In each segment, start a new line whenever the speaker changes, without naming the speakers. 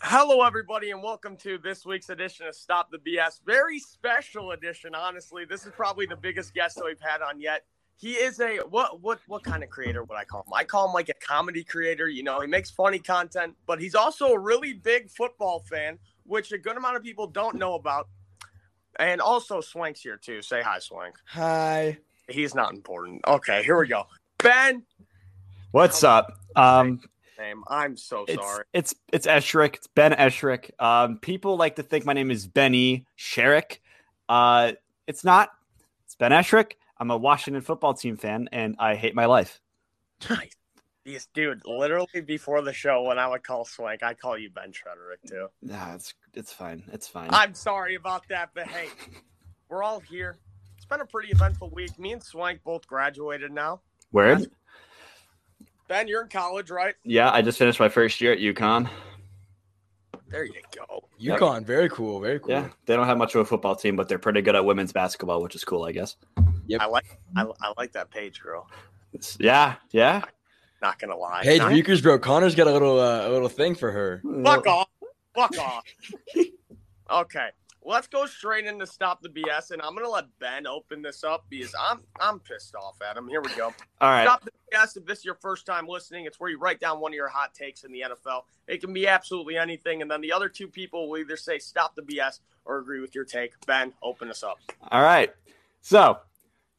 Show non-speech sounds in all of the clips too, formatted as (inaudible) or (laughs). Hello, everybody, and welcome to this week's edition of Stop the BS. Very special edition, honestly. This is probably the biggest guest that we've had on yet. He is a what what what kind of creator would I call him? I call him like a comedy creator. You know, he makes funny content, but he's also a really big football fan, which a good amount of people don't know about. And also, Swank's here too. Say hi, Swank.
Hi.
He's not important. Okay, here we go. Ben,
What's up? Um,
name. I'm so
it's
Oh, sorry.
it's it's Eshrick. It's Ben Eshrick. Um, people like to think my name is Benny Sherrick. Uh, it's not. It's Ben Eshrick. I'm a Washington football team fan, and I hate my life.
Nice. Yes, dude, literally before the show, when I would call Swank, I call you Ben Shrederick too.
Nah, it's it's fine. It's fine.
I'm sorry about that, but hey, we're all here. It's been a pretty eventful week. Me and Swank both graduated now.
Word.
Ben, you're in college, right?
Yeah, I just finished my first year at UConn.
There you go.
Yep.
UConn, very cool, very cool.
Yeah, they don't have much of a football team, but they're pretty good at women's basketball, which is cool, I guess.
I like I, I like that page, girl.
It's- yeah, yeah.
Not gonna lie.
Paige
Not-
Buchers, bro. Connor's got a little uh, a little thing for her.
Fuck off. Fuck off. okay. Let's go straight into stop the BS, and I'm gonna let Ben open this up because I'm I'm pissed off at him. Here we go.
All right.
Stop the BS if this is your first time listening. It's where you write down one of your hot takes in the NFL. It can be absolutely anything, and then the other two people will either say stop the BS or agree with your take. Ben, open us up.
All right. So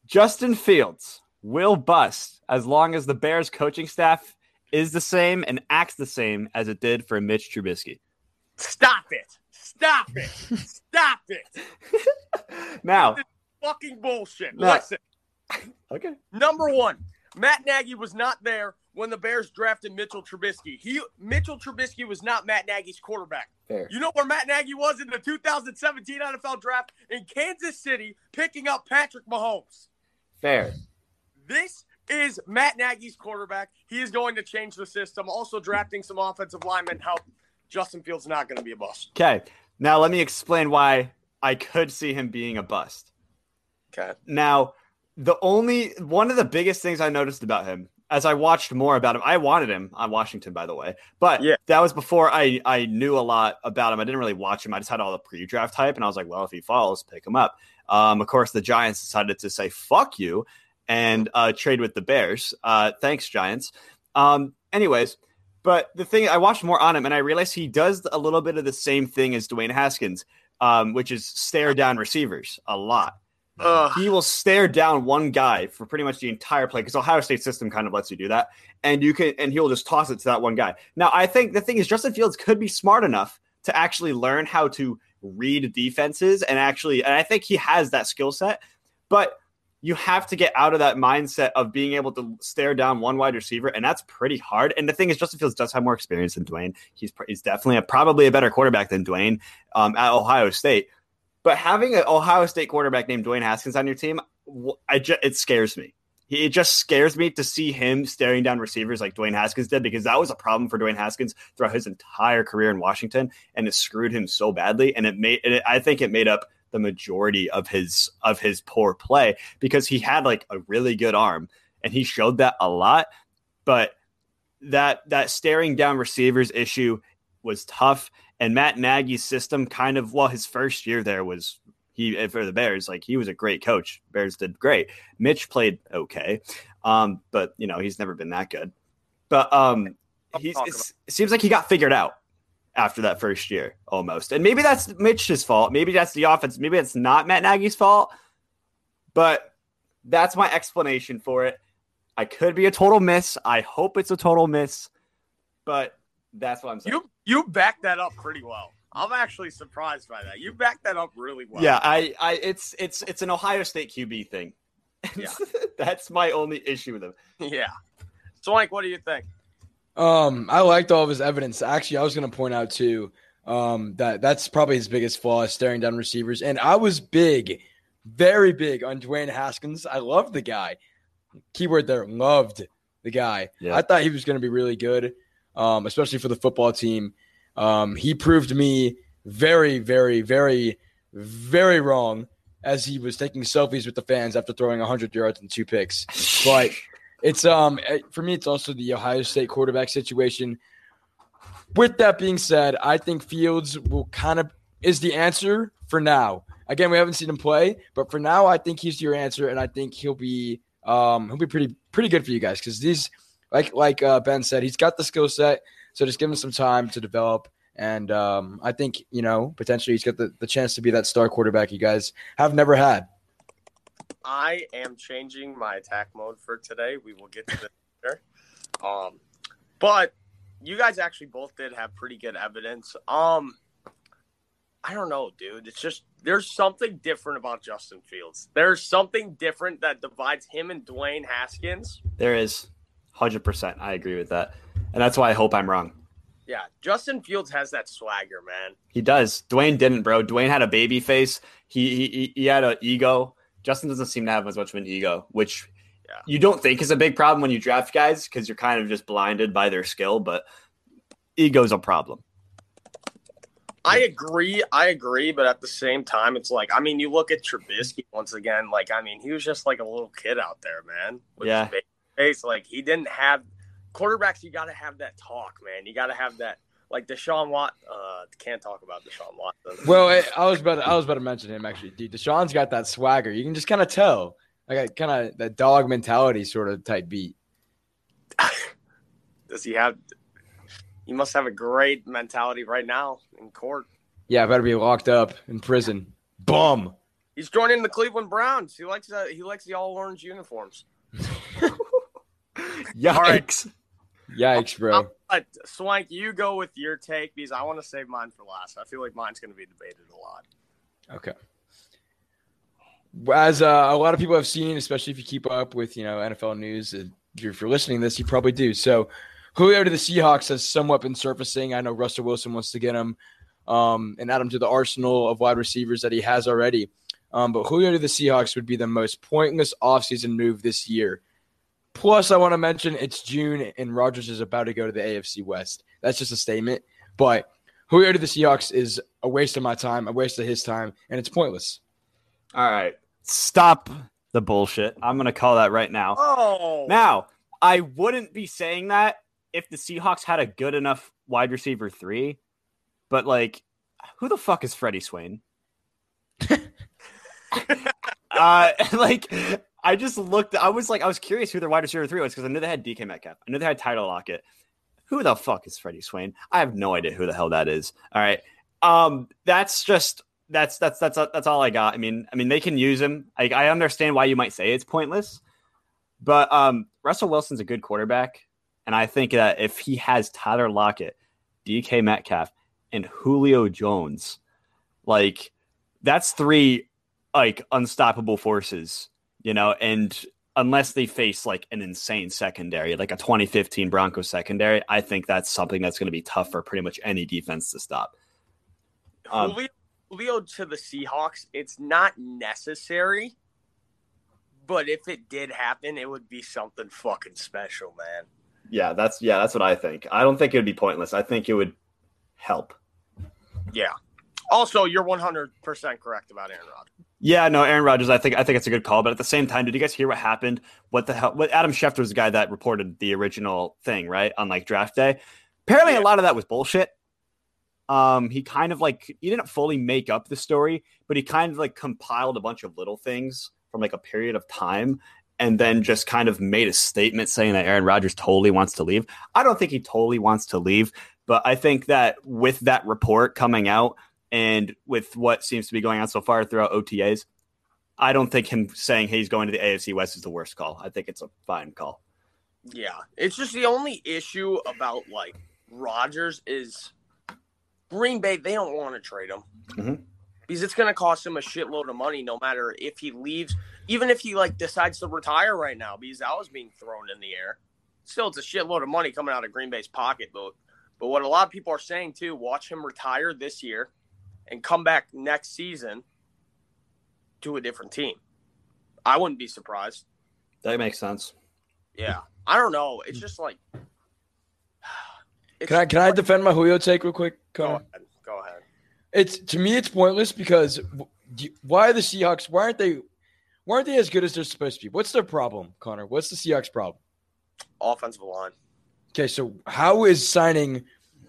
Justin Fields will bust as long as the Bears coaching staff is the same and acts the same as it did for Mitch Trubisky.
Stop it. Stop
(laughs)
it. Stop it.
Now,
Fucking bullshit.
No.
Listen,
okay.
number one, Matt Nagy was not there when the Bears drafted Mitchell Trubisky. He Mitchell Trubisky was not Matt Nagy's quarterback.
Fair.
You know where Matt Nagy was in the 2017 NFL draft in Kansas City, picking up Patrick Mahomes.
Fair.
This is Matt Nagy's quarterback. He is going to change the system. Also drafting some offensive linemen help. Justin Fields not going to be a bust.
Okay. Now let me explain why I could see him being a bust.
Okay.
Now, the only one of the biggest things I noticed about him as I watched more about him, I wanted him on Washington, by the way, but
Yeah.
that was before I I knew a lot about him. I didn't really watch him. I just had all the pre-draft hype, and I was like, well, if he falls, pick him up. Um, of course, the Giants decided to say fuck you and uh, trade with the Bears. Uh, thanks, Giants. Um, anyways, but the thing I watched more on him, and I realized he does a little bit of the same thing as Dwayne Haskins, um, which is stare down receivers a lot
Uh,
he will stare down one guy for pretty much the entire play because Ohio State system kind of lets you do that, and you can and he'll just toss it to that one guy. Now, I think the thing is Justin Fields could be smart enough to actually learn how to read defenses and actually, and I think he has that skill set, but you have to get out of that mindset of being able to stare down one wide receiver, and that's pretty hard. And the thing is, Justin Fields does have more experience than Dwayne. He's pr- he's definitely a, probably a better quarterback than Dwayne um, at Ohio State. But having an Ohio State quarterback named Dwayne Haskins on your team, wh- I ju- it scares me. He, it just scares me to see him staring down receivers like Dwayne Haskins did because that was a problem for Dwayne Haskins throughout his entire career in Washington, and it screwed him so badly. And it made, and it, I think, it made up the majority of his of his poor play because he had like a really good arm and he showed that a lot but that that staring down receivers issue was tough and Matt Nagy's system kind of well his first year there was he eh, for the Bears like he was a great coach Bears did great Mitch played okay um but you know he's never been that good but um
I'll
he's
talk
it's- it seems like he got figured out after that first year almost and maybe that's Mitch's fault maybe that's the offense maybe it's not Matt Nagy's fault but that's my explanation for it. I could be a total miss. I hope it's a total miss, but that's what I'm saying.
you you backed that up pretty well. I'm actually surprised by that. You backed that up really well.
Yeah, I, I, it's, it's, it's an Ohio State QB thing.
Yeah.
(laughs) that's my only issue with him.
(laughs) (laughs) yeah. Swank, what do you think?
Um, I liked all of his evidence. Actually, I was gonna point out too um, that that's probably his biggest flaw is staring down receivers. And I was big, very big on Dwayne Haskins. I loved the guy. Keyword there, loved the guy.
Yeah.
I thought he was gonna be really good, um, especially for the football team. Um, he proved me very, very, very, very wrong as he was taking selfies with the fans after throwing 100 yards and two picks. But it's um eh, for me, it's also the Ohio State quarterback situation. With that being said, I think Fields will kind of is the answer for now. Again, we haven't seen him play, but for now, I think he's your answer, and I think he'll be um, he'll be pretty pretty good for you guys because these like like uh, Ben said, he's got the skill set, so just give him some time to develop. And um, I think you know potentially he's got the, the chance to be that star quarterback you guys have never had.
I am changing my attack mode for today. We will get to this (laughs) later. Um, but you guys actually both did have pretty good evidence. Um, I don't know, dude. It's just there's something different about Justin Fields. There's something different that divides him and Dwayne Haskins.
There is 100%. I agree with that. And that's why I hope I'm wrong.
Yeah, Justin Fields has that swagger, man.
He does. Dwayne didn't, bro. Dwayne had a baby face. He he, he had an ego. Justin doesn't seem to have as much of an ego, which
Yeah.
you don't think is a big problem when you draft guys because you're kind of just blinded by their skill, but ego's a problem.
I agree. I agree, but at the same time, it's like I mean, you look at Trubisky once again. Like I mean, he was just like a little kid out there, man. With
Yeah.
his big face, like he didn't have quarterbacks. You got to have that talk, man. You got to have that. Like Deshaun Watt, uh, can't talk about Deshaun Watson.
Well, I, I was about to, I was about to mention him actually. Dude, Deshaun's got that swagger. You can just kind of tell, like kind of that dog mentality sort of type beat.
does he have? You must have a great mentality right now in court.
Yeah, I better be locked up in prison. Bum.
He's joining the Cleveland Browns. He likes uh, he likes the all orange uniforms.
Yikes.
right.
Yikes, bro.
But Uh, Swank, you go with your take because I want to save mine for last. I feel like mine's going to be debated a lot.
Okay. As uh, a lot of people have seen, especially if you keep up with you know NFL news, uh, if you're listening to this, you probably do. So, Julio to the Seahawks has somewhat been surfacing. I know Russell Wilson wants to get him, um, and add him to the arsenal of wide receivers that he has already. Um, but Julio to the Seahawks would be the most pointless offseason move this year. Plus, I want to mention it's June and Rodgers is about to go to the AFC West. That's just a statement, but Julio to the Seahawks is a waste of my time, a waste of his time, and it's pointless.
All right. Stop the bullshit. I'm going to call that right now.
Oh,
Now, I wouldn't be saying that if the Seahawks had a good enough wide receiver three, but like, who the fuck is Freddie Swain? uh, (laughs) like, I just looked. I was like, I was curious who their wide receiver three was because I knew they had DK Metcalf. I knew they had Tyler Lockett. Who the fuck is Freddie Swain? I have no idea who the hell that is. All right, um, that's just that's that's that's that's all I got. I mean, I mean, they can use him. I, I understand why you might say it's pointless, but um, Russell Wilson's a good quarterback, and I think that if he has Tyler Lockett, DK Metcalf, and Julio Jones, like that's three like unstoppable forces, you know. And unless they face like an insane secondary, like a 2015 Broncos secondary, I think that's something that's going to be tough for pretty much any defense to stop. um,
Julio, Julio to the Seahawks. It's not necessary, but if it did happen, it would be something fucking special, man.
Yeah, that's yeah, that's what I think. I don't think it would be pointless. I think it would help.
Yeah. Also, you're 100 percent correct about Aaron Rodgers.
Yeah, no, Aaron Rodgers. I think I think it's a good call, but at the same time, did you guys hear what happened? What the hell? What Adam Schefter was the guy that reported the original thing, right? On like draft day. Apparently,
Yeah.
a lot of that was bullshit. Um, he kind of like he didn't fully make up the story, but he kind of like compiled a bunch of little things from like a period of time, and then just kind of made a statement saying that Aaron Rodgers totally wants to leave. I don't think he totally wants to leave, but I think that with that report coming out and with what seems to be going on so far throughout OTAs, I don't think him saying he's going to the AFC West is the worst call. I think it's a fine call.
Yeah, it's just the only issue about like Rodgers is Green Bay. They don't want to trade him
Mhm.
because it's going to cost him a shitload of money, no matter if he leaves, even if he like decides to retire right now, because that was being thrown in the air. Still, it's a shitload of money coming out of Green Bay's pocketbook. But what a lot of people are saying too, watch him retire this year and come back next season to a different team. I wouldn't be surprised.
That makes sense.
Yeah, I don't know. It's just like. (sighs) It's-
Can I can I defend my Julio take real quick?
go
Connor?
ahead? Go ahead.
It's to me it's pointless because w- do- why are the Seahawks? Why aren't they? Why aren't they as good as they're supposed to be? What's their problem, Connor? What's the Seahawks problem?
Offensive line.
Okay, so how is signing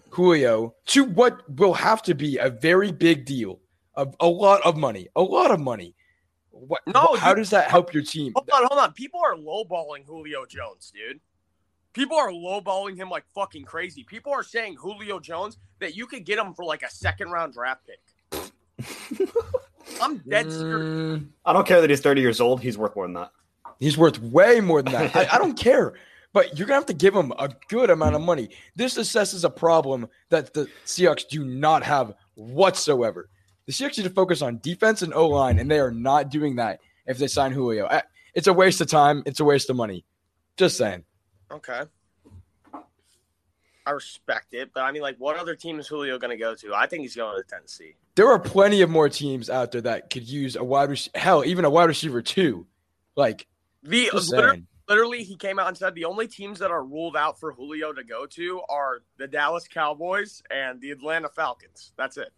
Julio to what will have to be a very big deal of a lot of money, a lot of money. What,
No,
how
dude.
does that help your team?
Hold on, hold on. People are lowballing Julio Jones, dude. People are lowballing him like fucking crazy. People are saying Julio Jones that you could get him for like a second round draft pick. I'm dead serious.
(laughs) Mm,
I don't care that he's 30 years old. He's worth more than that.
he's worth way more than that. I, I don't care. But you're gonna have to give him a good amount of money. This assesses a problem that the Seahawks do not have whatsoever. The Seahawks need to focus on defense and O line, and they are not doing that if they sign Julio. I- It's a waste of time. It's a waste of money. Just saying.
Okay. I respect it, but I mean, like, what other team is Julio going to go to? I think he's going to Tennessee.
there are plenty of more teams out there that could use a wide receiver. Hell, even a wide receiver too. Like
The
just
literally,
saying.
literally, he came out and said the only teams that are ruled out for Julio to go to are the Dallas Cowboys and the Atlanta Falcons. That's it.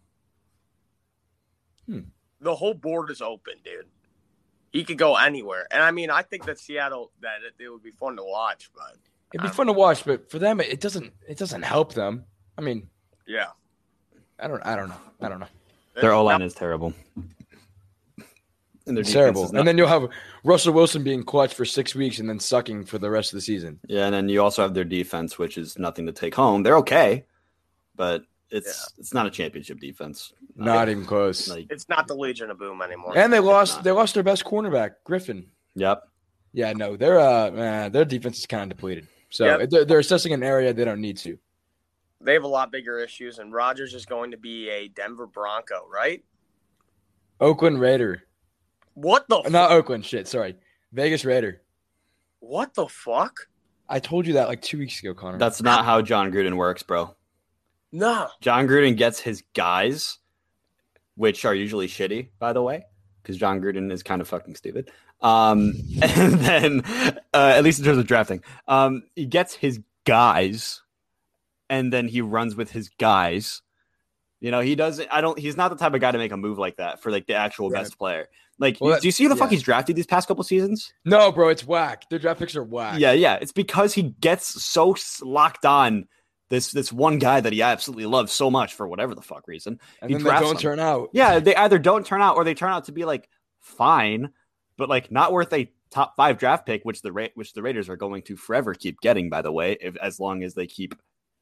Hmm.
The whole board is open, dude. He could go anywhere, and I mean, I think that Seattle that it, it would be fun to watch, but
it'd be fun to watch, but for them, it doesn't. It doesn't help them. I mean,
yeah,
I don't. I don't know. I don't know.
Their O line is terrible. And their
It's
defense
terrible.
is not-
And then you'll have Russell Wilson being clutch for six weeks and then sucking for the rest of the season.
yeah, and then you also have their defense, which is nothing to take home. They're okay, but it's it's not a championship defense.
Not even close.
Like,
it's not the Legion of Boom anymore.
and they lost.
not.
They lost their best cornerback, Griffin.
yep.
Yeah, no, their uh, eh, their defense is kind of depleted. So
Yeah.
they're, they're assessing an area they don't need to.
they have a lot bigger issues, and Rogers is going to be a Denver Bronco, right?
Oakland Raider,
What the fu-
not Oakland. Shit, sorry, Vegas Raider.
what the fuck?
I told you that like two weeks ago, Connor.
That's not how John Gruden works, bro.
No,
John Gruden gets his guys, which are usually shitty, by the way, because John Gruden is kind of fucking stupid. Um, (laughs) and then, uh, at least in terms of drafting, um, he gets his guys, and then he runs with his guys. You know, he doesn't. I don't. He's not the type of guy to make a move like that for like the actual
Right.
best player. Like,
Well, that-
do you see who the fuck
yeah.
he's drafted these past couple seasons?
no, bro, it's whack. Their draft picks are whack.
Yeah, yeah. It's because he gets so s- locked on this this one guy that he absolutely loves so much for whatever the fuck reason.
and
he
then they
drafts
don't
them.
turn out.
Yeah, they either don't turn out or they turn out to be like fine, but like not worth a top five draft pick, which the Ra- which the Raiders are going to forever keep getting. By the way, if, as long as they keep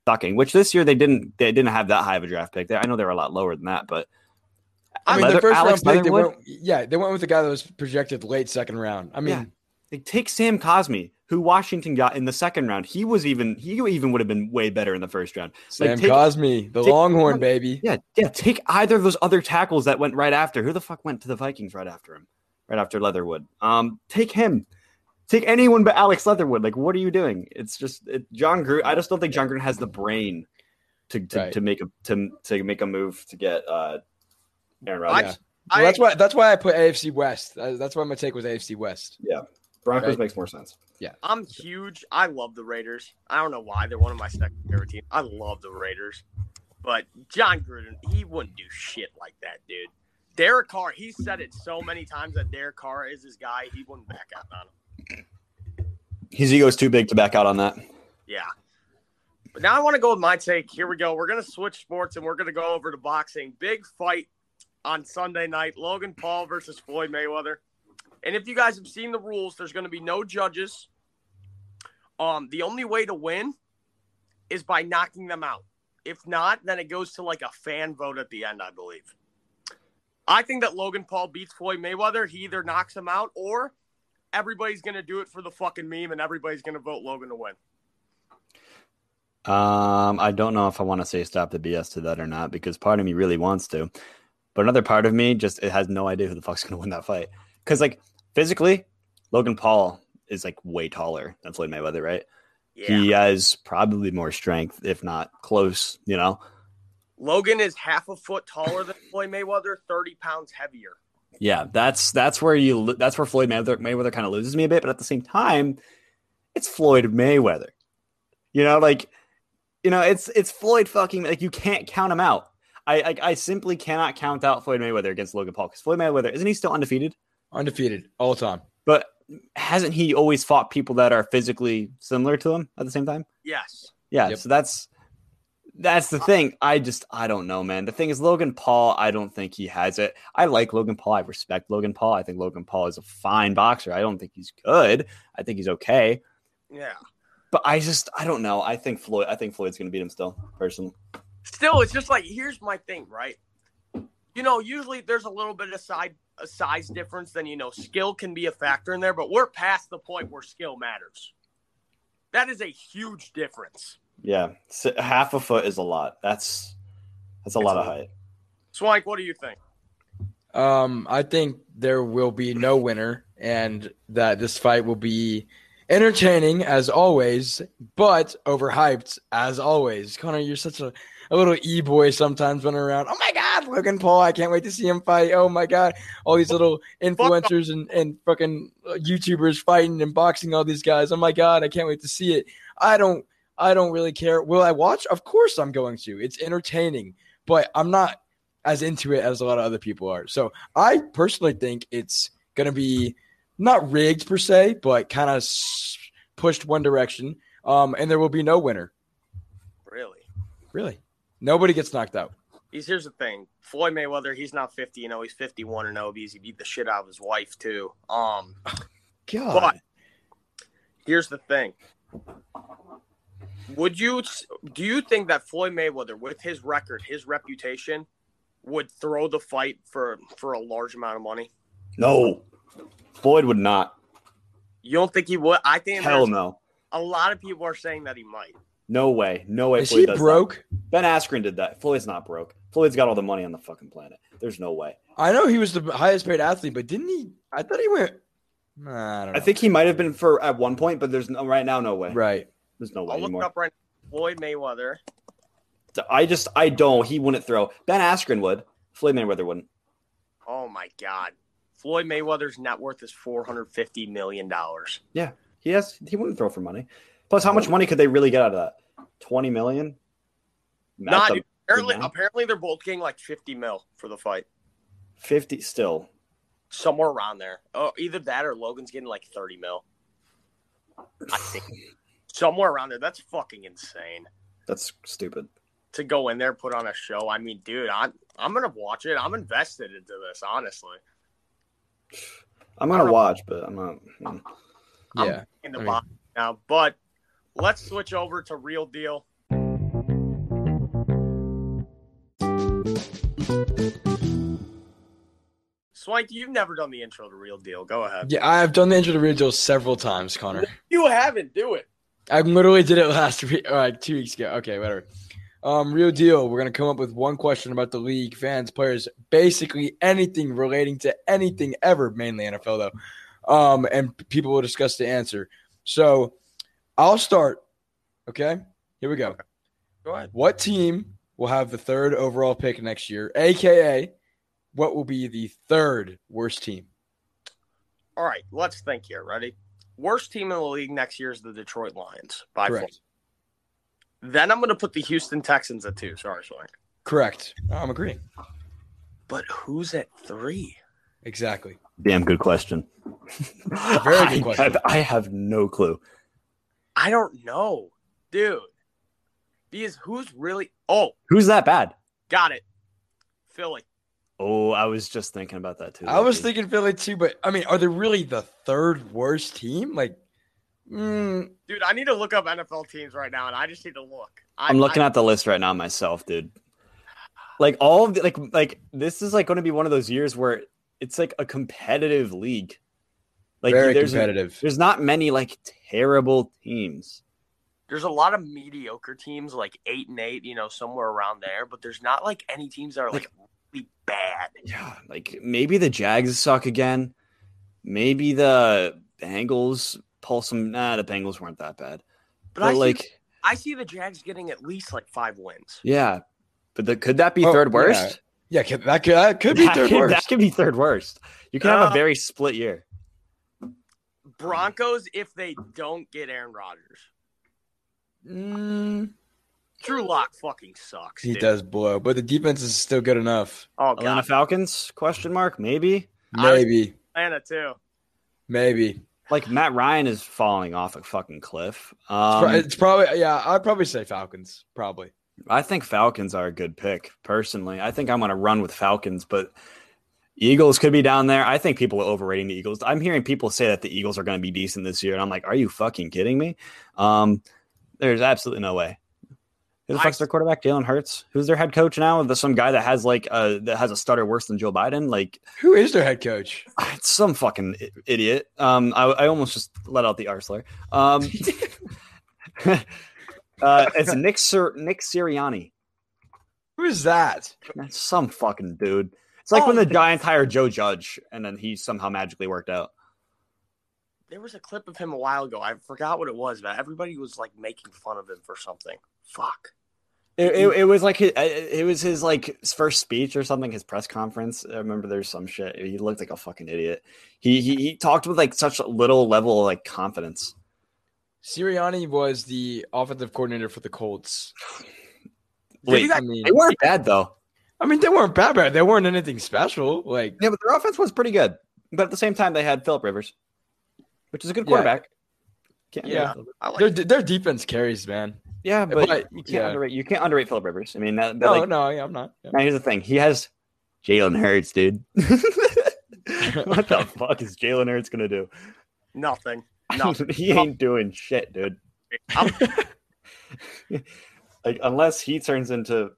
sucking, which this year they didn't they didn't have that high of a draft pick. They, I know they were a lot lower than that, but
I mean, the
Leather-
first
Alex
round pick, they
Leatherwood?
went, yeah, they went with the guy that was projected late second round. I mean,
Yeah. like, take Sam Cosme, who Washington got in the second round. He was even he even would have been way better in the first round.
Sam
take-
Cosme, the
take-
Longhorn baby.
Yeah, yeah. Take either of those other tackles that went right after. Who the fuck went to the Vikings right after him? Right after Leatherwood. Um, take him. Take anyone but Alex Leatherwood. Like, what are you doing? It's just it, John Gruden. I just don't think John Gruden has the brain to to,
Right.
to make a to to make a move to get uh Aaron
I,
Rodgers.
Yeah.
I,
Well, that's why. That's why I put AFC West. Uh, That's why my take was AFC West.
Broncos
Right.
makes more sense.
I'm huge. I love the Raiders. I don't know why they're one of my second favorite teams. I love the Raiders, but John Gruden, he wouldn't do shit like that, dude. Derek Carr, he said it so many times that Derek Carr is his guy. He wouldn't back out on him.
His ego's too big to back out on that.
Yeah. But now I want to go with my take. Here we go. We're going to switch sports and we're going to go over to boxing. Big fight on Sunday night Logan Paul versus Floyd Mayweather. And if you guys have seen the rules, there's going to be no judges. Um, the only way to win is by knocking them out. If not, then it goes to like a fan vote at the end, I believe. I think that Logan Paul beats Floyd Mayweather. He either knocks him out or everybody's going to do it for the fucking meme and everybody's going to vote Logan to win.
Um, I don't know if I want to say stop the BS to that or not because part of me really wants to, but another part of me just it has no idea who the fuck's gonna win that fight. Because like physically, Logan Paul is like way taller than Floyd Mayweather, right? He has probably more strength, if not close. You know,
Logan is half a foot taller than Floyd Mayweather, 30 pounds heavier.
yeah, that's that's where you lo- that's where Floyd Mayweather Mayweather kind of loses me a bit, but at the same time, it's Floyd Mayweather. You know, like you know, it's it's Floyd fucking like you can't count him out. I I, I simply cannot count out Floyd Mayweather against Logan Paul because Floyd Mayweather isn't he still undefeated?
Undefeated all time.
But hasn't he always fought people that are physically similar to him at the same time?
Yes.
Yeah,
Yep.
so that's That's the thing. I just I don't know, man. The thing is, Logan Paul. I don't think he has it. I like Logan Paul. I respect Logan Paul. I think Logan Paul is a fine boxer. I don't think he's good. I think he's okay.
Yeah.
But I just I don't know. I think Floyd. I think Floyd's gonna beat him still, personally.
Still, it's just like here's my thing, right? You know, usually there's a little bit of side a size difference, then you know skill can be a factor in there. But we're past the point where skill matters. That is a huge difference.
Yeah, S- half a foot is a lot. That's that's a lot of height.
Swank, what do you think?
Um, I think there will be no winner, and that this fight will be entertaining as always, but overhyped as always. Connor, you're such a, a little e boy sometimes running around. Oh my God, Logan Paul! I can't wait to see him fight. Oh my God, all these little influencers and and fucking uh, YouTubers fighting and boxing all these guys. Oh my God, I can't wait to see it. I don't. I don't really care. Will I watch? Of course I'm going to. It's entertaining, but I'm not as into it as a lot of other people are. So I personally think it's going to be not rigged per se, but kind of s- pushed one direction. Um, and there will be no winner.
Really?
Really, nobody gets knocked out.
He's here's the thing. Floyd Mayweather, he's not 50 and 0, he's 51 and 0 because he beat the shit out of his wife too. Um,
God,
but here's the thing. Would you do you think that Floyd Mayweather with his record, his reputation would throw the fight for for a large amount of money?
No, Floyd would not.
You don't think he would? I think
Hell
there's-
no.
a lot of people are saying that he might.
No way. No way.
is he
does that.
broke?
Ben Askren did that. Floyd's not broke. Floyd's got all the money on the fucking planet. There's no way.
I know he was the highest paid athlete, but didn't he? I thought he went. Nah, I don't know.
I think he might have been for at one point, but there's no right now. No way.
right.
There's no way
I'll look it
anymore.
up right now. Floyd Mayweather.
I just I don't. He wouldn't throw. Ben Askren would. Floyd Mayweather wouldn't.
Oh my God. Floyd Mayweather's net worth is $450 million.
He has. He wouldn't throw for money. Plus, how much money could they really get out of that? Twenty million. At
Not
the
apparently,
amount?
apparently they're both getting like 50 mil for the fight.
fifty still.
Somewhere around there. Oh, either that or Logan's getting like 30 mil. I think somewhere around there. That's fucking insane.
That's stupid.
To go in there, put on a show. I mean, dude, I'm I'm gonna watch it. I'm invested into this, honestly.
I'm
I don't
gonna
know.
watch, but I'm not. mm.
I'm
Yeah.
in the
I mean-
box now. But let's switch over to real deal. Swank, you've never done the intro to real deal. Go ahead.
Yeah, I've done the intro to Real Deal several times, Connor.
You haven't. Do it.
I literally did it (laughs) last week, or like two weeks ago. Okay, whatever. Um, real deal. We're gonna come up with one question about the league, fans, players, basically anything relating to anything ever, mainly NFL though. Um, and people will discuss the answer. So, I'll start. Okay, here we go.
Go ahead.
What team will have the third overall pick next year? AKA, what will be the third worst team?
All right. Let's think here. Ready? Worst team in the league next year is the Detroit Lions by far.
Correct.
Then I'm going to put the Houston Texans at two. Sorry, Swank.
Correct. Oh, I'm agreeing.
But who's at three?
Exactly.
Damn
(laughs)
good question.
Very good
I
question.
have- I have no clue.
I don't know, dude. Because who's really? Oh,
Who's that bad?
Got it. Philly.
Oh, I was just thinking about that too.
I was
Lucky.
thinking Philly too, but I mean, are they really the third worst team? Like, mm,
Dude, I need to look up NFL teams right now, and I just need to look. I,
I'm looking
I,
at the list right now myself, dude. Like all of the, like like this is like going to be one of those years where it's like a competitive league. Like
very
there's
competitive.
there's not many like terrible teams.
There's a lot of mediocre teams, like eight and eight, you know, somewhere around there. But there's not like any teams that are like really bad.
Yeah, like maybe the Jags suck again. Maybe the Bengals pull some. Nah, the Bengals weren't that bad.
But,
But,
I
like,
see, I see the Jags getting at least like five wins.
yeah. But the, could that be
Oh,
third
yeah.
worst?
yeah, could- that could, that could be
that,
third
could,
worst.
that could be third worst. You can have
Uh,
a very split year.
Broncos, if they don't get Aaron Rodgers,
Mm,
Drew Lock fucking sucks.
he
Dude.
does blow, but the defense is still good enough.
Oh
Atlanta
god,
Falcons? Question mark? Maybe.
I was-
Maybe,
Atlanta too.
maybe.
like Matt Ryan is falling off a fucking cliff.
It's pro-
Um,
it's probably yeah. I'd probably say Falcons. Probably
I think Falcons are a good pick personally. I think I'm going to run with Falcons, but Eagles could be down there. I think people are overrating the Eagles. I'm hearing people say that the Eagles are going to be decent this year, and I'm like, are you fucking kidding me? Um, there's absolutely no way. Who the
I-
fuck's their quarterback? Jalen Hurts. Who's their head coach now? There's some guy that has like a that has a stutter worse than Joe Biden. Like
Who is their head coach?
it's (sighs) some fucking i- idiot. Um, I, I almost just let out the R slur. Um, (laughs) uh, it's Nick Sir, Nick Sirianni.
Who is that?
That's some fucking dude. It's like when
Oh.
the Giants hired Joe Judge, and then he somehow magically worked out.
There was a clip of him a while ago. I forgot what it was, but everybody was like making fun of him for something. Fuck.
It, it, it was like his, it was his like his first speech or something, his press conference. I remember there's some shit. He looked like a fucking idiot. He he, he talked with like such little level of like confidence.
Sirianni was the offensive coordinator for the Colts.
Wait,
I mean,
they weren't bad though.
I mean, they weren't bad, bad. They weren't anything special. Like,
Yeah, but their offense was pretty good. But at the same time, they had Philip Rivers, which is a good
Yeah.
quarterback. Can't
Yeah.
underrate-
I like
their their defense carries, man.
yeah, but,
But,
you can't
yeah.
underrate you can't underrate Philip Rivers. I mean, that, that,
No,
like,
no, yeah, I'm not. Yeah.
Now here's the thing: he has Jalen Hurts,
(laughs)
dude. what the fuck is Jalen Hurts gonna
(laughs)
do?
nothing. Nothing.
(laughs) he ain't doing shit, dude.
I'm-
(laughs) Like unless he turns into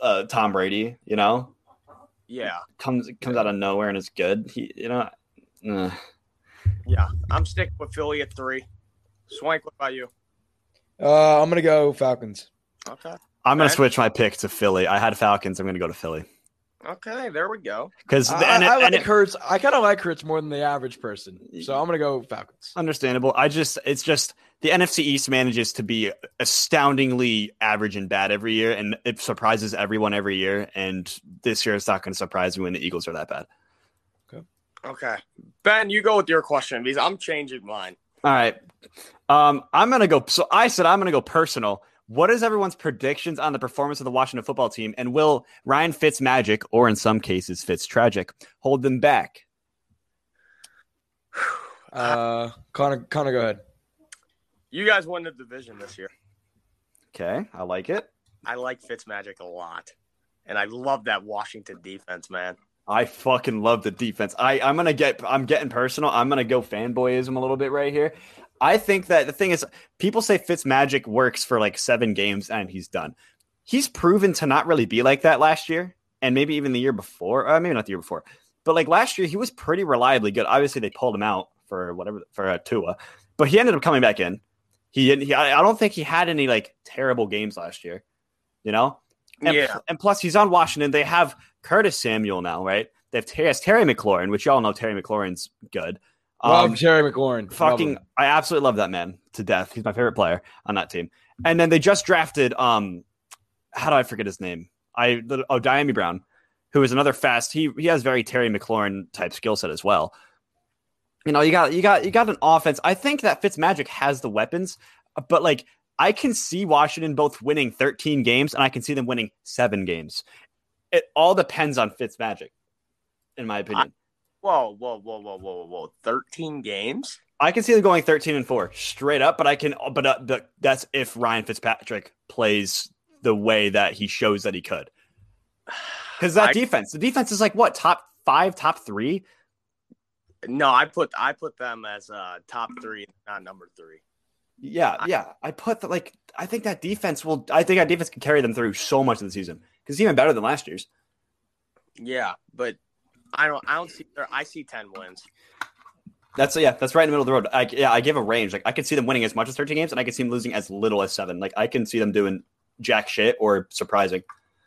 uh, Tom Brady, you know,
yeah.
comes comes out of nowhere and is good. He, you know, uh,
Yeah. I'm sticking with Philly at three. Swank, what about you?
Uh, I'm gonna go Falcons.
Okay.
I'm gonna
Alright.
switch my pick to Philly. I had Falcons. I'm gonna go to Philly
Okay. There we go.
because
I, I, I like Hurts. I kind of like Hurts more than the average person, so I'm gonna go Falcons.
Understandable. I just it's just the NFC East manages to be astoundingly average and bad every year, and it surprises everyone every year. And this year, it's not going to surprise me when the Eagles are that bad.
Okay. Ben, you go with your question because I'm changing mine.
All right, um, I'm going to go. So I said I'm going to go personal. What is everyone's predictions on the performance of the Washington football team, and will Ryan Fitz magic, or in some cases Fitz tragic, hold them back?
Uh, Connor, Connor, go ahead.
You guys won the division this year.
Okay, I like it.
I like Fitzmagic a lot. And I love that Washington defense, man.
I fucking love the defense. I, I'm gonna get I'm getting personal. I'm gonna go fanboyism a little bit right here. I think that the thing is people say Fitz magic works for like seven games and he's done. He's proven to not really be like that last year, and maybe even the year before. Uh, maybe not the year before, but like last year he was pretty reliably good. Obviously they pulled him out for whatever for uh, Tua, but he ended up coming back in. He, didn't- he I I don't think he had any like terrible games last year, you know. And,
yeah.
and plus, he's on Washington. They have Curtis Samuel now, right? They have Terry, has Terry McLaurin, which y'all know Terry McLaurin's good.
Love
Um,
Terry McLaurin.
fucking, I absolutely love that man to death. He's my favorite player on that team. And then they just drafted, um, how do I forget his name? I oh Diami Brown, who is another fast. He he has very Terry McLaurin type skill set as well. You know, you got you got you got an offense. I think that Fitzmagic has the weapons, but like I can see Washington both winning 13 games and I can see them winning seven games. It all depends on Fitzmagic, in my opinion.
Whoa, whoa, whoa, whoa, whoa, whoa. 13 games?
I can see them going 13 and 4 straight up, but I can but, uh, but that's if Ryan Fitzpatrick plays the way that he shows that he could. Cuz that
I-
defense, the defense is like what, top 5, top 3?
No, I put I put them as uh top three, not number three.
Yeah, yeah. I put the, like I think that defense will I think that defense can carry them through so much of the season cuz it's even better than last year's.
Yeah, but I don't I don't see there I see ten wins.
That's yeah, that's right in the middle of the road. I, yeah, I give a range. Like I could see them winning as much as 13 games and I could see them losing as little as 7. Like I can see them doing jack shit or surprising.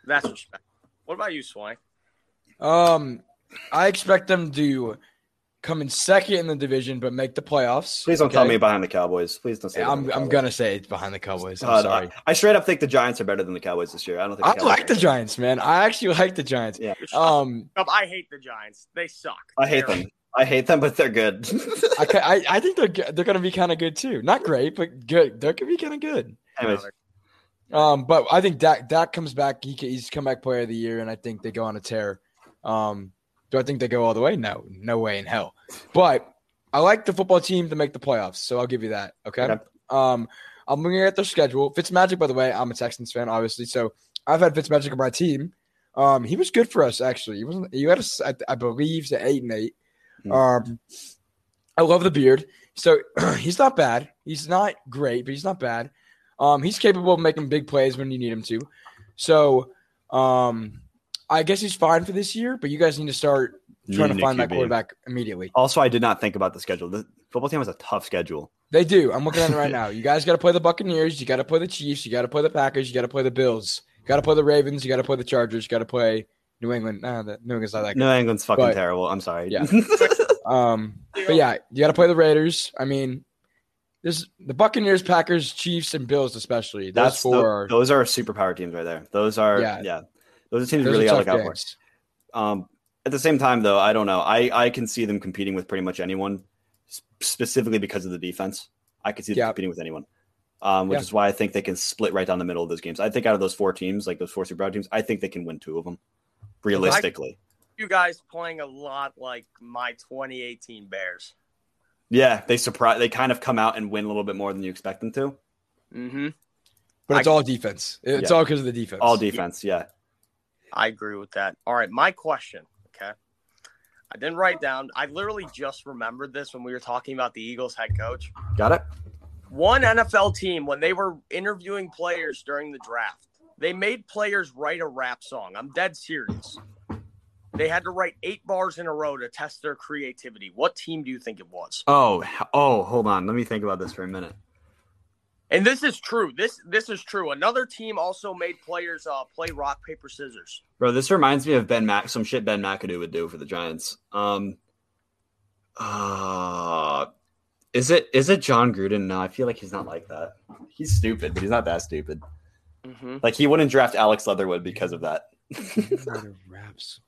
That's respect. What about you, Swank?
Um, I expect them to come in second in the division, but make the playoffs.
Please don't tell
okay?
me behind the Cowboys. Please don't say behind
I'm
the
I'm
Cowboys.
gonna say it's behind the Cowboys. I'm
Uh,
sorry.
I, I straight up think the Giants are better than the Cowboys this year. I don't think
I
the
like the
Cowboys
Giants, man. I actually like the Giants.
are- Yeah,
Um,
I hate the Giants. They suck.
Uh, I hate
They're-
them. I hate them, but they're
(laughs)
good.
I, ca- I I think they're go- they're gonna be kind of good too. Not great, but good. They're gonna be kind of good.
Anyways,
Um, but I think Dak Dak comes back. He, ca- he's comeback player of the year, and I think they go on a tear. Um, do I think they go all the way? No, no way in hell. But I like the football team to make the playoffs, so I'll give you that. Okay.
Okay.
Um, I'm looking at their schedule. Fitzmagic, by the way, I'm a Texans fan, obviously, so I've had Fitzmagic on my team. Um, he was good for us actually. He wasn't. You had us, I, I believe, to eight and eight.
Hmm.
Um, I love the beard. So (clears throat) he's not bad. He's not great, but he's not bad. Um, he's capable of making big plays when you need him to. So um, I guess he's fine for this year. But you guys need to start trying to
Need a
find that
QB.
quarterback immediately.
Also, I did not think about the schedule. The football team has a tough schedule.
They do. I'm looking at it right now. You guys got to play the Buccaneers. You got to play the Chiefs. You got to play the Packers. You got to play the Bills. You got to play the Ravens. You got to play the Chargers. You got to play New England. Nah, the, New England's not that good.
New England's fucking
But-
terrible. I'm sorry. (laughs)
Yeah. Um, but yeah, you got to play the Raiders. I mean, this the Buccaneers, Packers, Chiefs, and Bills, especially. Those
That's
four.
the,
are-
those are superpower teams right there. Those are
Yeah.
yeah. Those are teams
those
really
are
gotta
tough
look out for.
games.
Um, at the same time, though, I don't know. I, I can see them competing with pretty much anyone, s- specifically because of the defense. I can see them
Yeah.
competing with anyone, um, which
Yeah.
is why I think they can split right down the middle of those games. I think out of those four teams, like those four superpower teams, I think they can win two of them, realistically.
You guys playing a lot like my 2018 Bears.
Yeah, they surprise. They kind of come out and win a little bit more than you expect them to.
Mm-hmm.
But it's
I-
all defense. It's
Yeah.
all because of the defense.
All defense, yeah.
I agree with that. All right, my question. Okay. I didn't write down. I literally just remembered this when we were talking about the Eagles head coach.
Got it.
One NFL team, when they were interviewing players during the draft, they made players write a rap song. I'm dead serious. They had to write eight bars in a row to test their creativity. What team do you think it was?
Oh, h- oh, hold on. Let me think about this for a minute.
And this is true. This this is true. Another team also made players uh, play rock paper scissors.
Bro, this reminds me of Ben Mac some shit Ben McAdoo would do for the Giants. Um uh, is it is it John Gruden? No, I feel like he's not like that. He's stupid, but he's not that stupid.
Mm-hmm.
Like he wouldn't draft Alex Leatherwood because of that. (laughs)
Raps.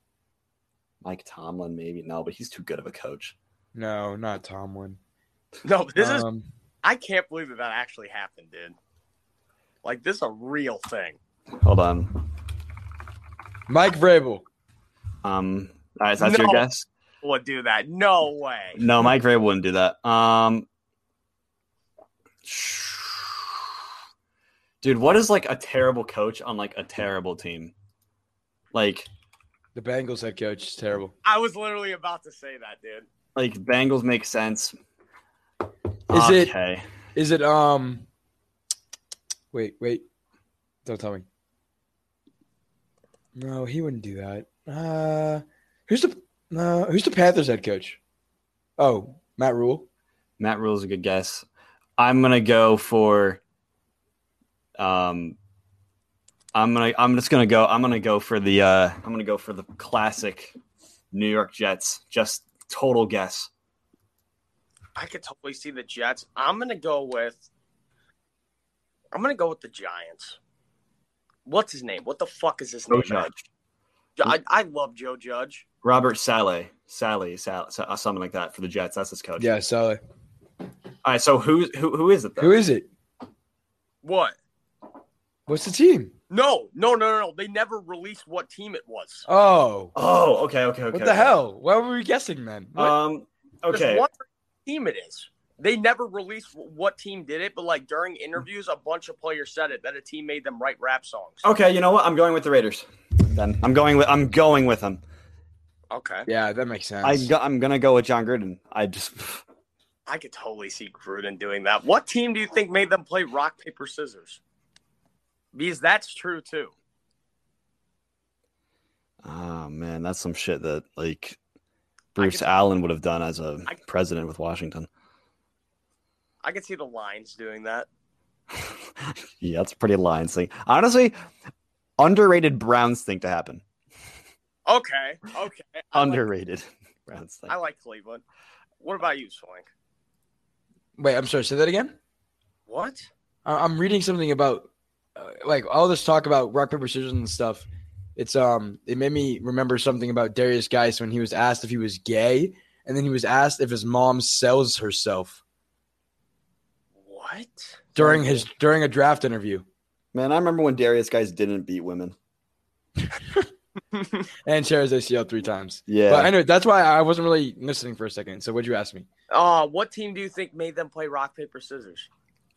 Mike Tomlin, maybe no, but he's too good of a coach.
No, not Tomlin.
(laughs) No, but this is
um,
I can't believe that that actually happened, dude. Like this is a real thing.
Hold on.
Mike Vrabel.
Um, all right, so that's
No.
your guess.
Would do that? No way.
No, Mike Vrabel wouldn't do that. Um, dude, what is like a terrible coach on like a terrible team? Like,
The Bengals head coach is terrible.
I was literally about to say that, dude.
like Bengals make sense. Is
Is it-
okay?
Is it um wait, wait. Don't tell me. No, he wouldn't do that. Uh who's the no who's the Panthers head coach? Oh, Matt Rule.
Matt Rule's a good guess. I'm gonna go for. Um, I'm gonna. I'm just gonna go. I'm gonna go for the. Uh, I'm gonna go for the classic New York Jets. Just total guess.
I could totally see the Jets. I'm gonna go with. I'm gonna go with the Giants. What's his name? What the fuck is his
Joe
name?
Judge.
I, I love Joe Judge.
Robert Saleh, Sally, Sal, Sa- uh, something like that for the Jets. That's his coach.
Yeah, so
All right. So who who, who is it? Though?
who is it?
What?
What's the team?
No, no, no, no, no. They never released what team it was.
Oh.
Oh, okay, okay, okay.
what the
okay.
hell? Why were we guessing then? What?
Um.
Just
Okay.
wondering what team it is. They never released wh- what team did it, but like during interviews, a bunch of players said it that a team made them write rap songs.
Okay. You know what? I'm going with the Raiders. Then I'm going with I'm going with them.
Okay,
yeah, that makes sense.
I go, I'm gonna go with John Gruden. I just (sighs)
I could totally see Gruden doing that. What team do you think made them play rock paper scissors? Because that's true too.
oh man, that's some shit that like Bruce Allen would have done as a
I-
president with Washington. (laughs)
I could see the Lions doing that.
yeah, that's a pretty Lions thing. Honestly, underrated Browns thing to happen.
Okay, okay. I like,
Underrated (laughs) Browns thing.
I like Cleveland. What about you, Swink?
wait, I'm sorry, say that again?
What?
I- I'm reading something about uh, like all this talk about rock paper scissors and stuff. It's um, it made me remember something about Darius Geis when he was asked if he was gay, and then he was asked if his mom sells herself
What?
during his during a draft interview,
Man, I remember when Darius guys didn't beat women.
and tears ACL three times.
Yeah.
But anyway, that's why I wasn't really listening for a second. So what'd you ask me?
Uh, what team do you think made them play rock paper scissors?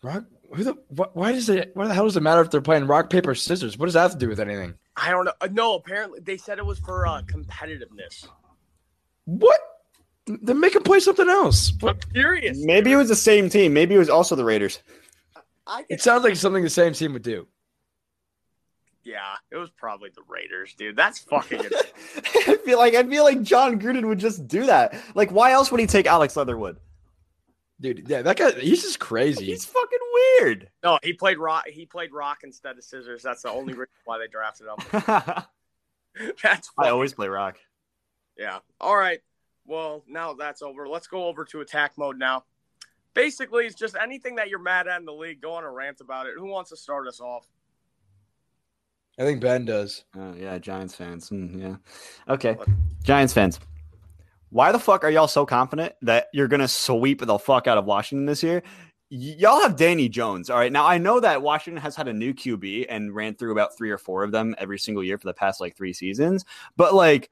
Rock. Who the? Wh- why does it? Why the hell does it matter if they're playing rock paper scissors? What does that have to do with anything?
I don't know. Uh, No, apparently they said it was for uh, competitiveness.
What? Then make them play something else.
I'm serious.
Maybe it was the same team. Maybe it was also the Raiders. (laughs)
I could-
It sounds like something the same team would do.
yeah, it was probably the Raiders, dude. That's fucking.
I feel like I feel like John Gruden would just do that. Like, why else would he take Alex Leatherwood?
Dude, yeah, that guy, he's just crazy.
He's fucking
(laughs)
weird.
no, he played rock. He played rock instead of scissors. That's the only reason why they drafted him.
I
That's fucking-
always play rock.
Yeah. All right. Well, now that's over. Let's go over to attack mode now. Basically, it's just anything that you're mad at in the league. Go on a rant about it. Who wants to start us off?
I think Ben does.
Oh, yeah, Giants fans. Mm, yeah. Okay. Giants fans. Why the fuck are y'all so confident that you're going to sweep the fuck out of Washington this year? Y- y'all have Danny Jones. All right. Now, I know that Washington has had a new QB and ran through about three or four of them every single year for the past like three seasons. But like,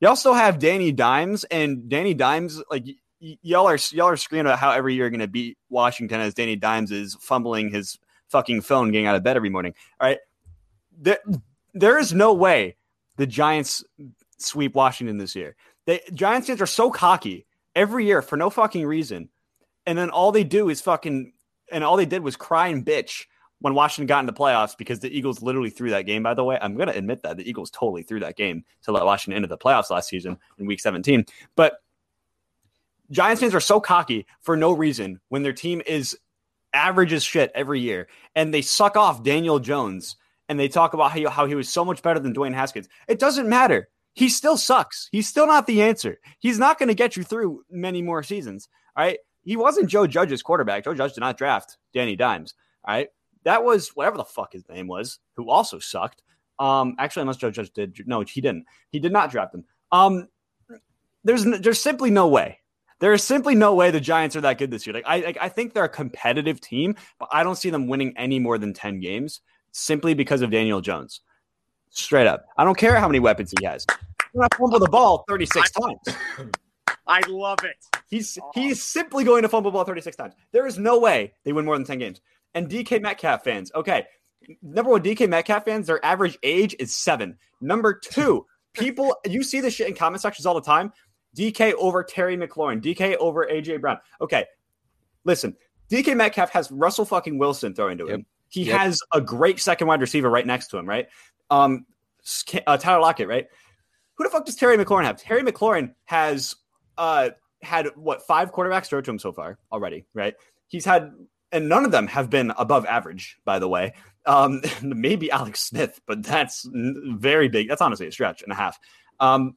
y'all still have Danny Dimes and Danny Dimes, like, y- y- Y'all are y'all are screaming about how every year you're going to beat Washington as Danny Dimes is fumbling his fucking phone, getting out of bed every morning. All right, there, there is no way the Giants sweep Washington this year. The Giants fans are so cocky every year for no fucking reason. And then all they do is fucking and all they did was cry and bitch when Washington got into playoffs because the Eagles literally threw that game, by the way. I'm gonna admit that the Eagles totally threw that game to let Washington into the playoffs last season in week 17. But Giants fans are so cocky for no reason when their team is average as shit every year and they suck off Daniel Jones and they talk about how, how he was so much better than Dwayne Haskins. It doesn't matter. He still sucks. He's still not the answer. He's not going to get you through many more seasons. All right. He wasn't Joe Judge's quarterback. Joe Judge did not draft Danny Dimes. All right. That was whatever the fuck his name was, who also sucked. Um, actually, unless Joe Judge did, no, he didn't. He did not draft him. Um, there's n- there's simply no way. There is simply no way the Giants are that good this year. Like I like, I think they're a competitive team, but I don't see them winning any more than ten games simply because of Daniel Jones. Straight up. I don't care how many weapons he has. He's gonna fumble the ball 36 times.
I love it.
He's he's simply going to fumble the ball 36 times. There is no way they win more than 10 games. And DK Metcalf fans, okay. Number one, DK Metcalf fans, their average age is seven. Number two, people you see this shit in comment sections all the time. DK over Terry McLaurin, DK over AJ Brown. Okay. Listen, DK Metcalf has Russell fucking Wilson throwing to him.
Yep.
He
Yep.
has a great second wide receiver right next to him, right? Um, Sk- uh, Tyler Lockett, right? Who the fuck does Terry McLaurin have? Terry McLaurin has uh had what five quarterbacks throw to him so far already, right? He's had, and none of them have been above average, by the way. Um, (laughs) maybe Alex Smith, but that's n- very big. That's honestly a stretch and a half. Um,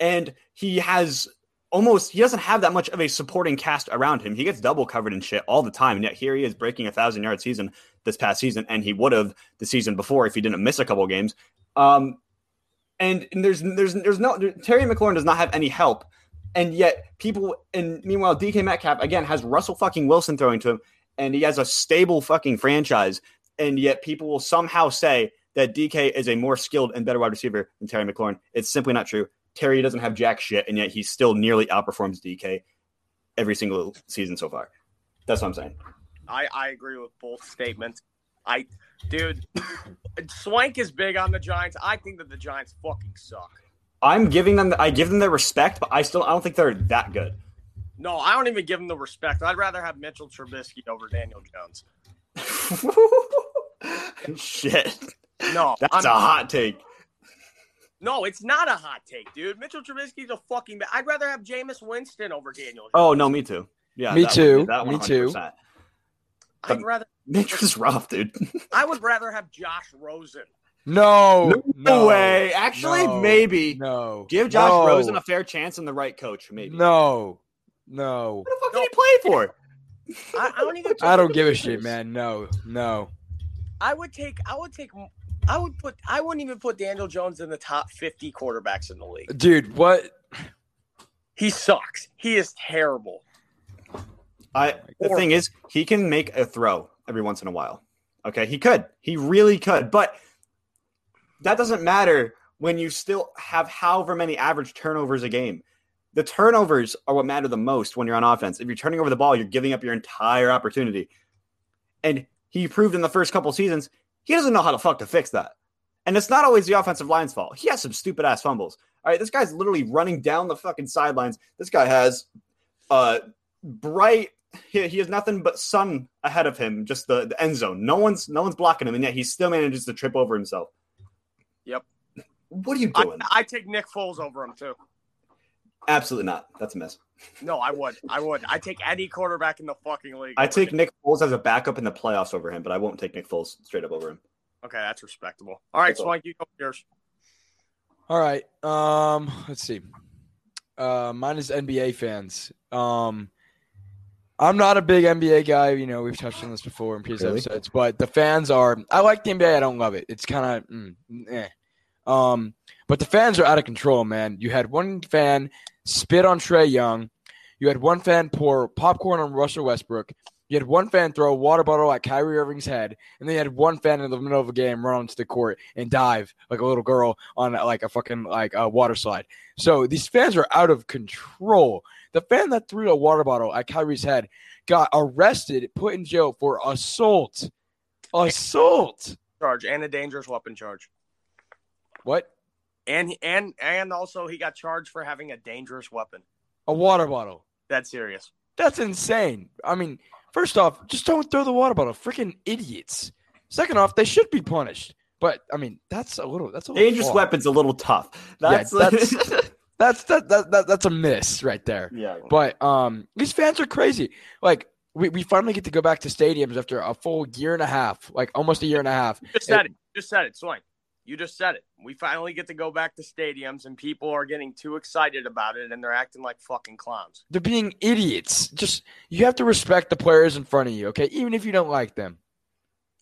and he has almost he doesn't have that much of a supporting cast around him. He gets double covered and shit all the time, and yet here he is breaking a thousand yard season this past season, and he would have the season before if he didn't miss a couple games. Um, and, and there's there's there's no there, Terry McLaurin does not have any help, and yet people and meanwhile DK Metcalf again has Russell fucking Wilson throwing to him, and he has a stable fucking franchise, and yet people will somehow say that DK is a more skilled and better wide receiver than Terry McLaurin. It's simply not true. Terry doesn't have jack shit, and yet he still nearly outperforms DK every single season so far. That's what I'm saying.
I, I agree with both statements. I, dude, (coughs) Swank is big on the Giants. I think that the Giants fucking suck.
I'm giving them, I give them their respect, but I still, I don't think they're
(laughs)
that good. (laughs)
No, I don't even give him the respect. I'd rather have Mitchell Trubisky over Daniel Jones.
shit,
No,
that's a
I'm-
hot take.
No, it's not a hot take, dude. Mitchell Trubisky's a fucking. I'd rather have Jameis Winston over Daniel. Jones.
Oh no, me too. Yeah,
Me
that
too.
that
Me too.
100%.
I'd rather.
Nature's rough, dude. (laughs)
I would rather have Josh Rosen.
No,
no,
Oh, no,
way. Actually,
No.
maybe
No.
give Josh
no,
Rosen a fair chance and the right coach. Maybe.
No.
What
No.
the fuck
No.
did he play for?
I, I don't even.
I don't give a shit, man. No. No.
I would take. I would take. I would put. I wouldn't even put Daniel Jones in the top fifty quarterbacks in the league.
Dude, what?
He sucks. He is terrible.
I the thing is, he can make a throw every once in a while. Okay, he could. He really could. But that doesn't matter when you still have however many average turnovers a game. the turnovers are what matter the most when you're on offense. If you're turning over the ball, you're giving up your entire opportunity. And he proved in the first couple seasons he doesn't know how the fuck to fix that. And it's not always the offensive line's fault. He has some stupid ass fumbles. All right, this guy's literally running down the fucking sidelines. This guy has uh bright he, he has nothing but sun ahead of him, just the, the end zone. No one's no one's blocking him, and yet he still manages to trip over himself.
Yep.
What are you
I,
doing?
I take Nick Foles over him too.
Absolutely not. That's a mess.
No, I would. I would. I take any quarterback in the fucking league.
I
over
take
him.
Nick Foles as a backup in the playoffs over him, but I won't take Nick Foles straight up over him.
Okay, that's respectable. All right,
Okay.
Swank, you go with yours.
All right. Um, let's see. Uh, mine is NBA fans. Um, I'm not a big NBA guy. You know, we've touched on this before in previous
Really?
episodes, but the fans are. I like the NBA. I don't love it. It's kind of. Mm, eh. Um, but the fans are out of control, man. You had one fan spit on Trey Young. You had one fan pour popcorn on Russell Westbrook. You had one fan throw a water bottle at Kyrie Irving's head, and then you had one fan in the middle of a game run onto the court and dive like a little girl on like a fucking like a water slide. So these fans are out of control. The fan that threw a water bottle at Kyrie's head got arrested, put in jail for assault. Assault.
Charge and a dangerous weapon charge.
What?
And and and also he got charged for having a dangerous weapon.
A water bottle.
That's serious.
That's insane. I mean, first off, just don't throw the water bottle. Freaking idiots. Second off, they should be punished. But I mean, that's a little. That's a little
Dangerous
far.
weapon's a little tough.
Oh, Yeah,
That's, (laughs)
that's- That's that, that that that's a miss right there.
yeah.
But um, these fans are crazy. Like we, we finally get to go back to stadiums after a full year and a half, like almost a year and a half.
You just said it. You just said it, Swank. You just said it. We finally get to go back to stadiums, and people are getting too excited about it, and they're acting like fucking clowns.
They're being idiots. Just you have to respect the players in front of you, okay? Even if you don't like them.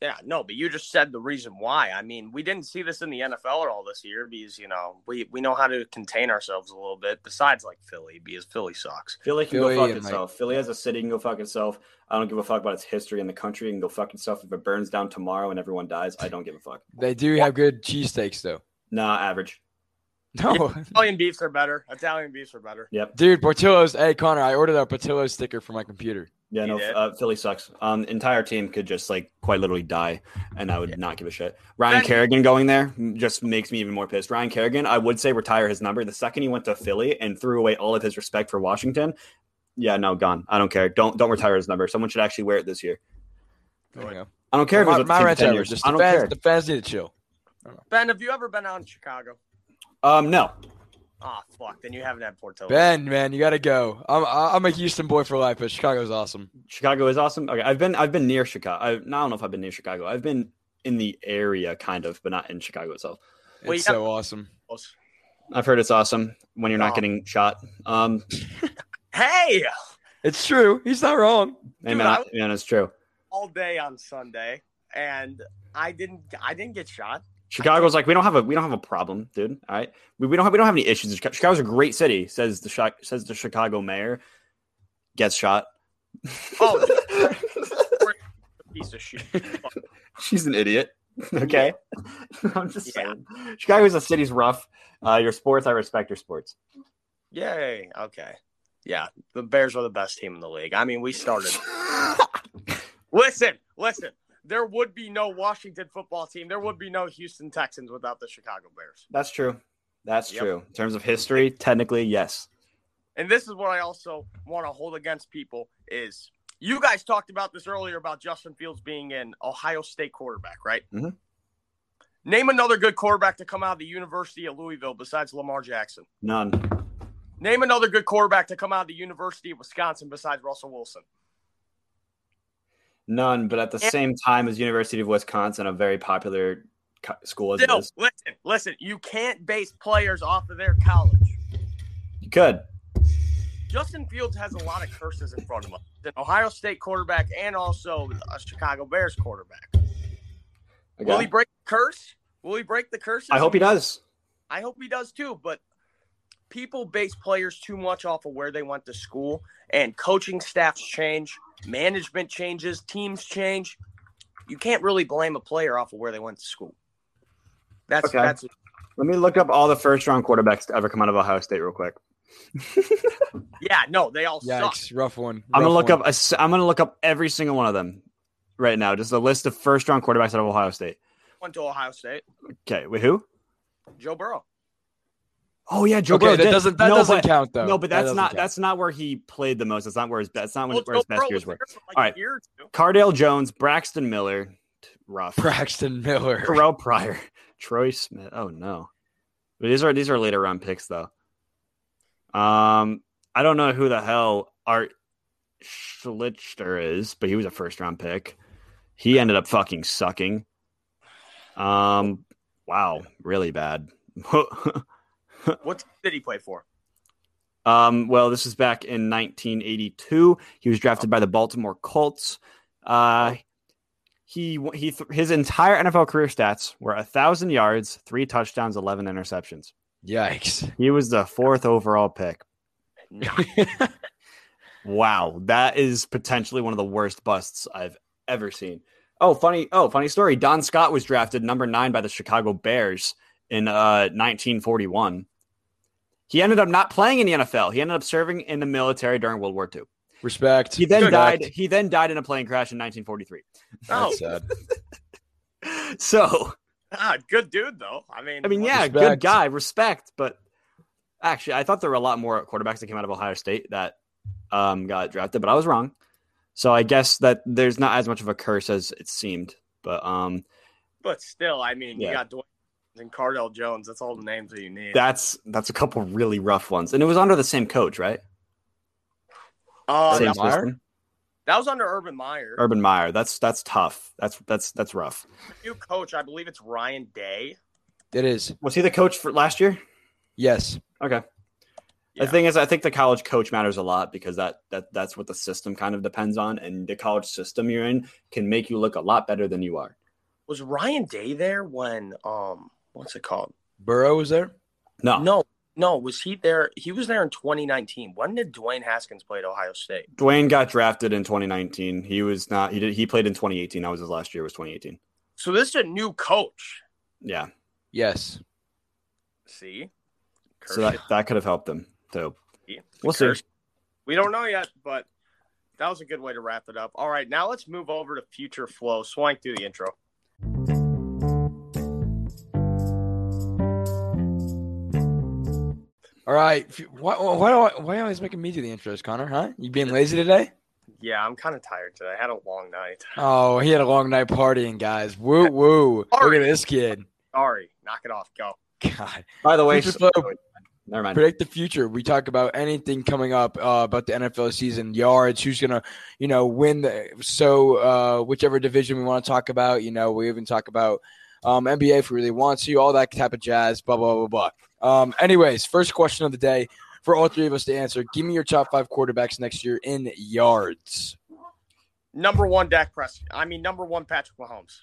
Yeah, no, but you just said the reason why. I mean, we didn't see this in the NFL at all this year because you know we we know how to contain ourselves a little bit. Besides, like Philly, because Philly sucks.
Philly can
Philly
go fuck
and, like-
itself. Philly as a city can go fuck itself. I don't give a fuck about its history in the country. It can go fuck itself. If it burns down tomorrow and everyone dies, I don't give a fuck.
They do have good cheesesteaks though. (laughs)
Nah, average.
No.
Italian beefs are better. Italian beefs are better.
Dude, Portillo's. Hey, Connor, I ordered a Portillo sticker for my computer.
Yeah,
You
no,
did?
uh, Philly sucks. Um, the entire team could just like quite literally die, and I would not give a shit. Ryan
Then-
Kerrigan going there just makes me even more pissed. Ryan Kerrigan, I would say retire his number. The second he went to Philly and threw away all of his respect for Washington, yeah, no, gone. I don't care. Don't don't retire his number. Someone should actually wear it this year.
There you go.
I don't care if
my
it was with the
my
team for
rant's
10
over.
years.
Just
I
the
don't
fans,
care.
the fans need to chill.
Ben, have you ever been out in Chicago?
Um, no,
Ah, fuck. Then you haven't had Portillo.
Ben, man, you gotta go. I'm I'm a Houston boy for life, but Chicago's awesome.
Chicago is awesome. Okay, I've been I've been near Chicago. I, I don't know if I've been near Chicago. I've been in the area kind of, but not in Chicago itself.
It's
Well, you
so awesome.
I've heard it's awesome when you're not
Oh.
getting shot. Um,
Hey,
It's true. He's not wrong.
man,
I-
man, it's true.
all day on Sunday, and I didn't. I didn't get shot.
Chicago's like we don't have a we don't have a problem, dude. All right, we, we don't have we don't have any issues. in Chicago. Chicago's a great city, says the Chi- says the Chicago mayor. Gets shot.
Oh. Piece of shit. Fuck.
(laughs) She's an idiot. Okay, (laughs) I'm just
Yeah.
saying. Chicago's a city's rough. Uh, your sports, I respect your sports.
(laughs) Yay. Okay. Yeah, the Bears are the best team in the league. I mean, we started. (laughs)
(laughs)
listen, listen. There would be no Washington football team. There would be no Houston Texans without the Chicago Bears.
That's true. That's
Yep.
true. In terms of history, technically, yes.
And this is what I also want to hold against people is you guys talked about this earlier about Justin Fields being an Ohio State quarterback, right?
Mhm.
Name another good quarterback to come out of the University of Louisville besides Lamar Jackson.
None.
Name another good quarterback to come out of the University of Wisconsin besides Russell Wilson.
None. But at the
And-
same time as University of Wisconsin, a very popular co- school as
Still,
it is.
listen, listen, you can't base players off of their college.
You could.
Justin Fields has a lot of curses in front of him. An Ohio State quarterback and also a Chicago Bears quarterback.
Okay.
Will he break the curse? Will he break the curse?
I hope he does.
I hope he does too, but people base players too much off of where they went to school and coaching staffs change, management changes, teams change. You can't really blame a player off of where they went to school. That's
Okay.
that's
Let me look up all the first round quarterbacks to ever come out of Ohio State real quick.
yeah, no, they all suck.
Yikes, rough one.
I'm gonna look
rough one.
up. A, s- I'm gonna look up every single one of them right now. Just a list of first round quarterbacks out of Ohio State.
Went to Ohio State.
Okay, wait, who?
Joe Burrow.
Oh yeah, Joe
okay,
Burrow.
that
did.
doesn't that
no,
doesn't
but,
count though.
No, but
That
that's
doesn't
not
count.
that's not where he played the most. That's not where his that's not when,
Well,
where his
Joe
best
Burrow was
years were.
there for like
All
a
right.
year or
(laughs)
two.
Cardale Jones, Braxton Miller, t- rough.
Braxton Miller.
Terrell Pryor, (laughs) Troy Smith. Oh no, but these are these are later round picks though. Um, I don't know who the hell Art Schlichter is, but he was a first round pick. He ended up fucking sucking. Um, wow, really bad. (laughs)
What team did he play for?
Um, well, this is back in 1982. He was drafted by the Baltimore Colts. Uh, he he th- his entire NFL career stats were a thousand yards, three touchdowns, eleven interceptions.
Yikes.
He was the fourth overall pick. Wow, that is potentially one of the worst busts I've ever seen. Oh, funny. Oh, funny story. Don Scott was drafted number nine by the Chicago Bears in uh, 1941. He ended up not playing in the NFL. He ended up serving in the military during World War II.
Respect.
He then
Respect.
died. He then died in a plane crash in 1943.
Oh,
That's sad.
So,
ah, good dude though. I mean,
I mean, yeah, good
Respect.
guy, respect. But actually, I thought there were a lot more quarterbacks that came out of Ohio State that um, got drafted, but I was wrong. So I guess that there's not as much of a curse as it seemed. But um,
but still, I mean,
Yeah.
you got Dwayne and Cardell Jones. That's all the names that you need.
that's that's a couple really rough ones, and it was under the same coach, right?
Uh,
Same
that,
Urban Meyer?
system.
that was under Urban Meyer.
Urban Meyer. That's that's tough. That's that's that's rough.
New coach, I believe it's Ryan Day.
It is.
Was he the coach for last year?
Yes.
Okay.
Yeah.
The thing is, I think the college coach matters a lot because that that that's what the system kind of depends on, and the college system you're in can make you look a lot better than you are.
Was Ryan Day there when um, what's it called?
Burrow was there.
No,
No, no, was he there? He was there in 2019. When did Dwayne Haskins play at Ohio State?
Dwayne got drafted in 2019. He was not. He did. He played in 2018. That was his last year. Was 2018.
So this is a new coach.
Yeah.
Yes.
See,
So that that could have helped them too.
Yeah.
We'll
Curse.
see.
We don't know yet, but that was a good way to wrap it up. All right, now let's move over to future flow. Swank through the intro.
All right. F- Why, why do I, why are you always making me do the intros, Connor? Huh? You being lazy today?
Yeah, I'm kind of tired today. I had a long night.
Oh, he had a long night partying, guys. Woo woo. Look at
Sorry.
this kid.
Sorry, knock it off. Go.
God.
By the way,
Future
so-
Flow.
never mind.
Predict the future. We talk about anything coming up uh, about the NFL season, yards, who's gonna, you know, win the so uh, whichever division we want to talk about. You know, we even talk about um, NBA if we really want to, all that type of jazz. Blah blah blah blah. Um, anyways, first question of the day for all three of us to answer. Give me your top five quarterbacks next year in yards.
Number one, Dak Prescott. I mean, number one, Patrick Mahomes.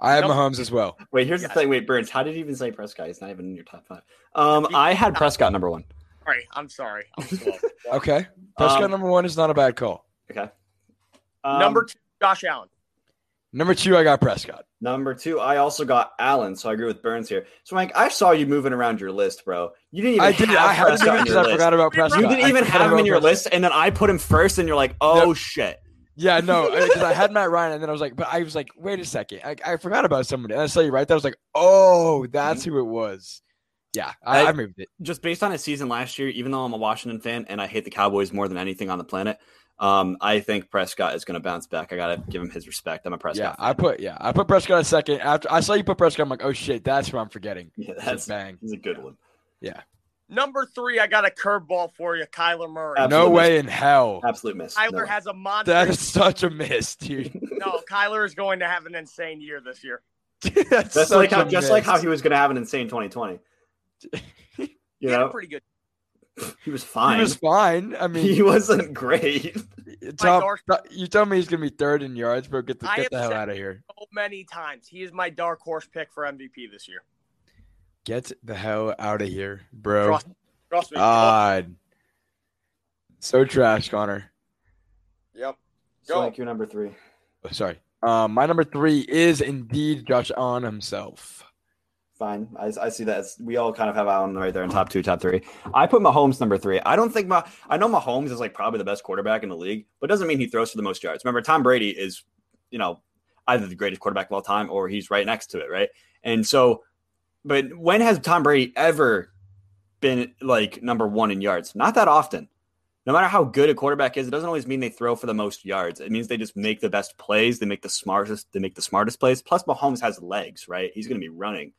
I have
Nope.
Mahomes as well.
Wait, here's
Yes.
the thing. Wait, Burns, how did you even say Prescott? He's not even in your top five. Um, I had Prescott number one.
Sorry, I'm sorry.
(laughs)
I'm slow.
Okay, Prescott
Um,
number one is not a bad call.
Okay. Um,
number two, Josh Allen.
Number two, I got Prescott.
Number two, I also got Allen, so I agree with Burns here. So, Mike, I saw you moving around your list, bro. You didn't even
I did.
have
I had
Prescott
him
on
because
your
I
list.
forgot about Prescott.
You didn't
I
even
forgot
have him
about
in your
Prescott.
list, and then I put him first, and you're like, "Oh shit!" (laughs)
Yeah, no, because I had Matt Ryan, and then I was like, but I was like, wait a second, I, I forgot about somebody. And I saw you right there. I was like, oh,
Mm-hmm.
that's who it was. Yeah, I, I,
I-
moved it.
Just based on his season last year, even though I'm a Washington fan and I hate the Cowboys more than anything on the planet, um, I think Prescott is going to bounce back. I gotta give him his respect. I'm a
Yeah,
Prescott.
I put yeah, I put Prescott at second. After I saw you put Prescott, I'm like, oh shit, that's who I'm forgetting.
Yeah,
It's a
that's
bang.
he's a good one.
Number three, I got a curveball for you, Kyler Murray.
Absolutely.
No way in hell.
Absolute miss.
Kyler
No.
has a monster.
That is such a
(laughs)
miss, dude. (laughs)
no, Kyler is going to have an insane year this year.
that's
That's
such
like how,
a
just like how
miss.
he was going to have an insane
(laughs)
2020. You
He had a
know,
pretty good.
he was
He
fine.
was fine. (laughs) I (laughs) mean,
he wasn't great.
top,
dark-
you tell me he's gonna be third in yards, bro. Get the,
I
get
am
the hell
second.
out of here.
So many times, he is my dark horse pick for MVP this year.
Get the hell out of here, bro.
Trust, trust me.
Uh,
God. So trash, Connor.
yep.
So
Go.
like your number three.
Oh, Sorry. Um, my number three is indeed Josh Allen himself.
fine. I, I see that as we all kind of have Allen right there in top two, top three. I put Mahomes number three. I don't think my I know Mahomes is like probably the best quarterback in the league, but doesn't mean he throws for the most yards. Remember, Tom Brady is, you know, either the greatest quarterback of all time or he's right next to it, right? And so, but when has Tom Brady ever been like number one in yards? Not that often. No matter how good a quarterback is, it doesn't always mean they throw for the most yards. It means they just make the best plays, they make the smartest, they make the smartest plays. Plus, Mahomes has legs, right? He's going to be running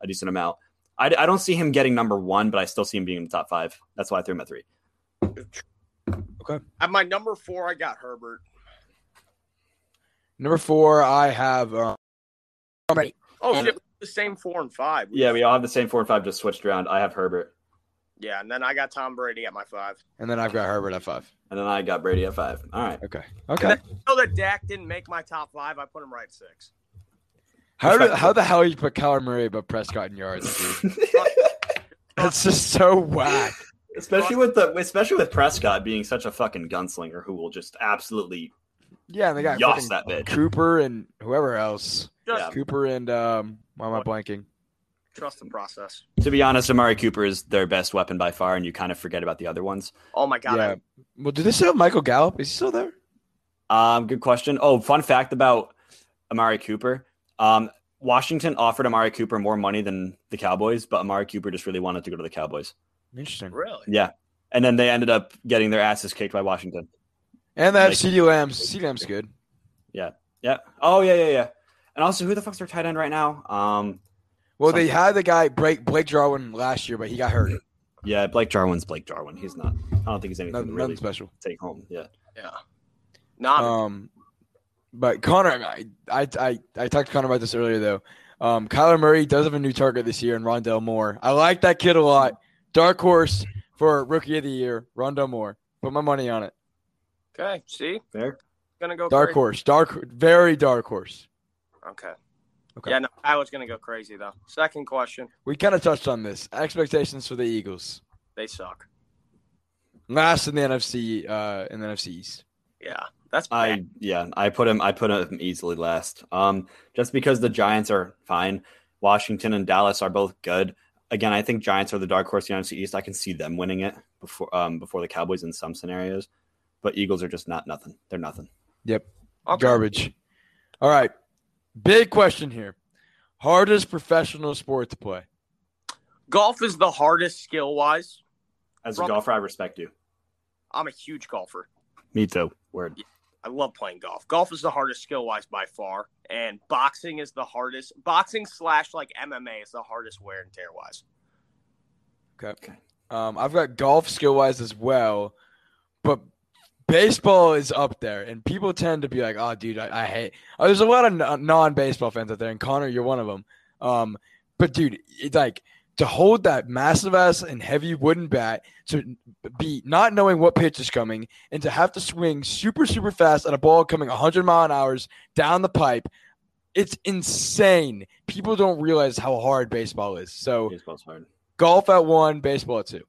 a decent amount. I, I don't see him getting number one, but I still see him being in the top five. That's why I threw him at three.
Okay.
At my number four, I got Herbert.
Number four, I have. Uh, Brady.
Oh
And-
shit, we the same four and five.
Yeah, we all have the same four and five, just switched around. I have Herbert,
yeah, and then I got Tom Brady at my five.
and then I've got Herbert at five.
and then I got Brady at five. All right. (laughs)
Okay. Okay.
So that Dak didn't make my top five. I put him right at six.
How, do, how the hell you put Kyler Murray but Prescott in yards? dude? That's just so whack.
especially with the especially with Prescott being such a fucking gunslinger who will just absolutely
Yeah, and they got
Yoss
fucking
that bitch.
Cooper and whoever else.
Just
Yeah.
Cooper and um, why am I blanking?
trust the process.
To be honest, Amari Cooper is their best weapon by far, and you kind of forget about the other ones.
Oh my god,
yeah.
I-
Well, do they still have Michael Gallup? Is he still there?
Um, good question. Oh, fun fact about Amari Cooper. Um, Washington offered Amari Cooper more money than the Cowboys, but Amari Cooper just really wanted to go to the Cowboys.
Interesting.
really?
And then they ended up getting their asses kicked by Washington.
And they have
Like-
CD Lamb's. CD Lamb's good.
Yeah. Oh, yeah, yeah, yeah. And also, who the fuck's their tight end right now? Um,
Well, they had the guy Blake Blake Jarwin last year, but he got hurt.
yeah, Blake Jarwin's Blake Jarwin. He's not. I don't think he's anything
Nothing,
to really
nothing special.
take home. Yeah.
Not
Um, but Connor, I I I, I talked to Connor about this earlier though. Um, Kyler Murray does have a new target this year, in Rondell Moore. I like that kid a lot. Dark horse for rookie of the year, Rondell Moore. Put my money on it.
okay. See,
Fair.
gonna go
Dark
crazy.
horse, dark, very dark horse.
Okay.
Okay.
Yeah, no, I was gonna go crazy though. Second question,
We kind of touched on this. Expectations for the Eagles,
they suck.
last in the NFC, uh, in the NFC East.
Yeah, that's bad.
I yeah, I put him. I put him easily last. Um, just because the Giants are fine, Washington and Dallas are both good. Again, I think Giants are the dark horse in the NFC East. I can see them winning it before um before the Cowboys in some scenarios, but Eagles are just not nothing. They're nothing.
Yep,
Okay.
garbage. All right, big question here: hardest professional sport to play?
Golf is the hardest skill wise.
As a
Rob-
golfer, I respect you.
I'm a huge golfer.
Me too. Word.
I love playing golf. Golf is the hardest skill wise by far, and boxing is the hardest. Boxing slash like MMA is the hardest wear and tear wise.
Okay. Um, I've got golf skill wise as well, but baseball is up there, and people tend to be like, "Oh, dude, I, I hate." Oh, there's a lot of non baseball fans out there, and Connor, you're one of them. Um, but dude, it, like to hold that massive ass and heavy wooden bat to be not knowing what pitch is coming, and to have to swing super super fast at a ball coming 100 mile an hours down the pipe. It's insane. People don't realize how hard baseball is. So,
Baseball's hard.
golf at one, baseball at two.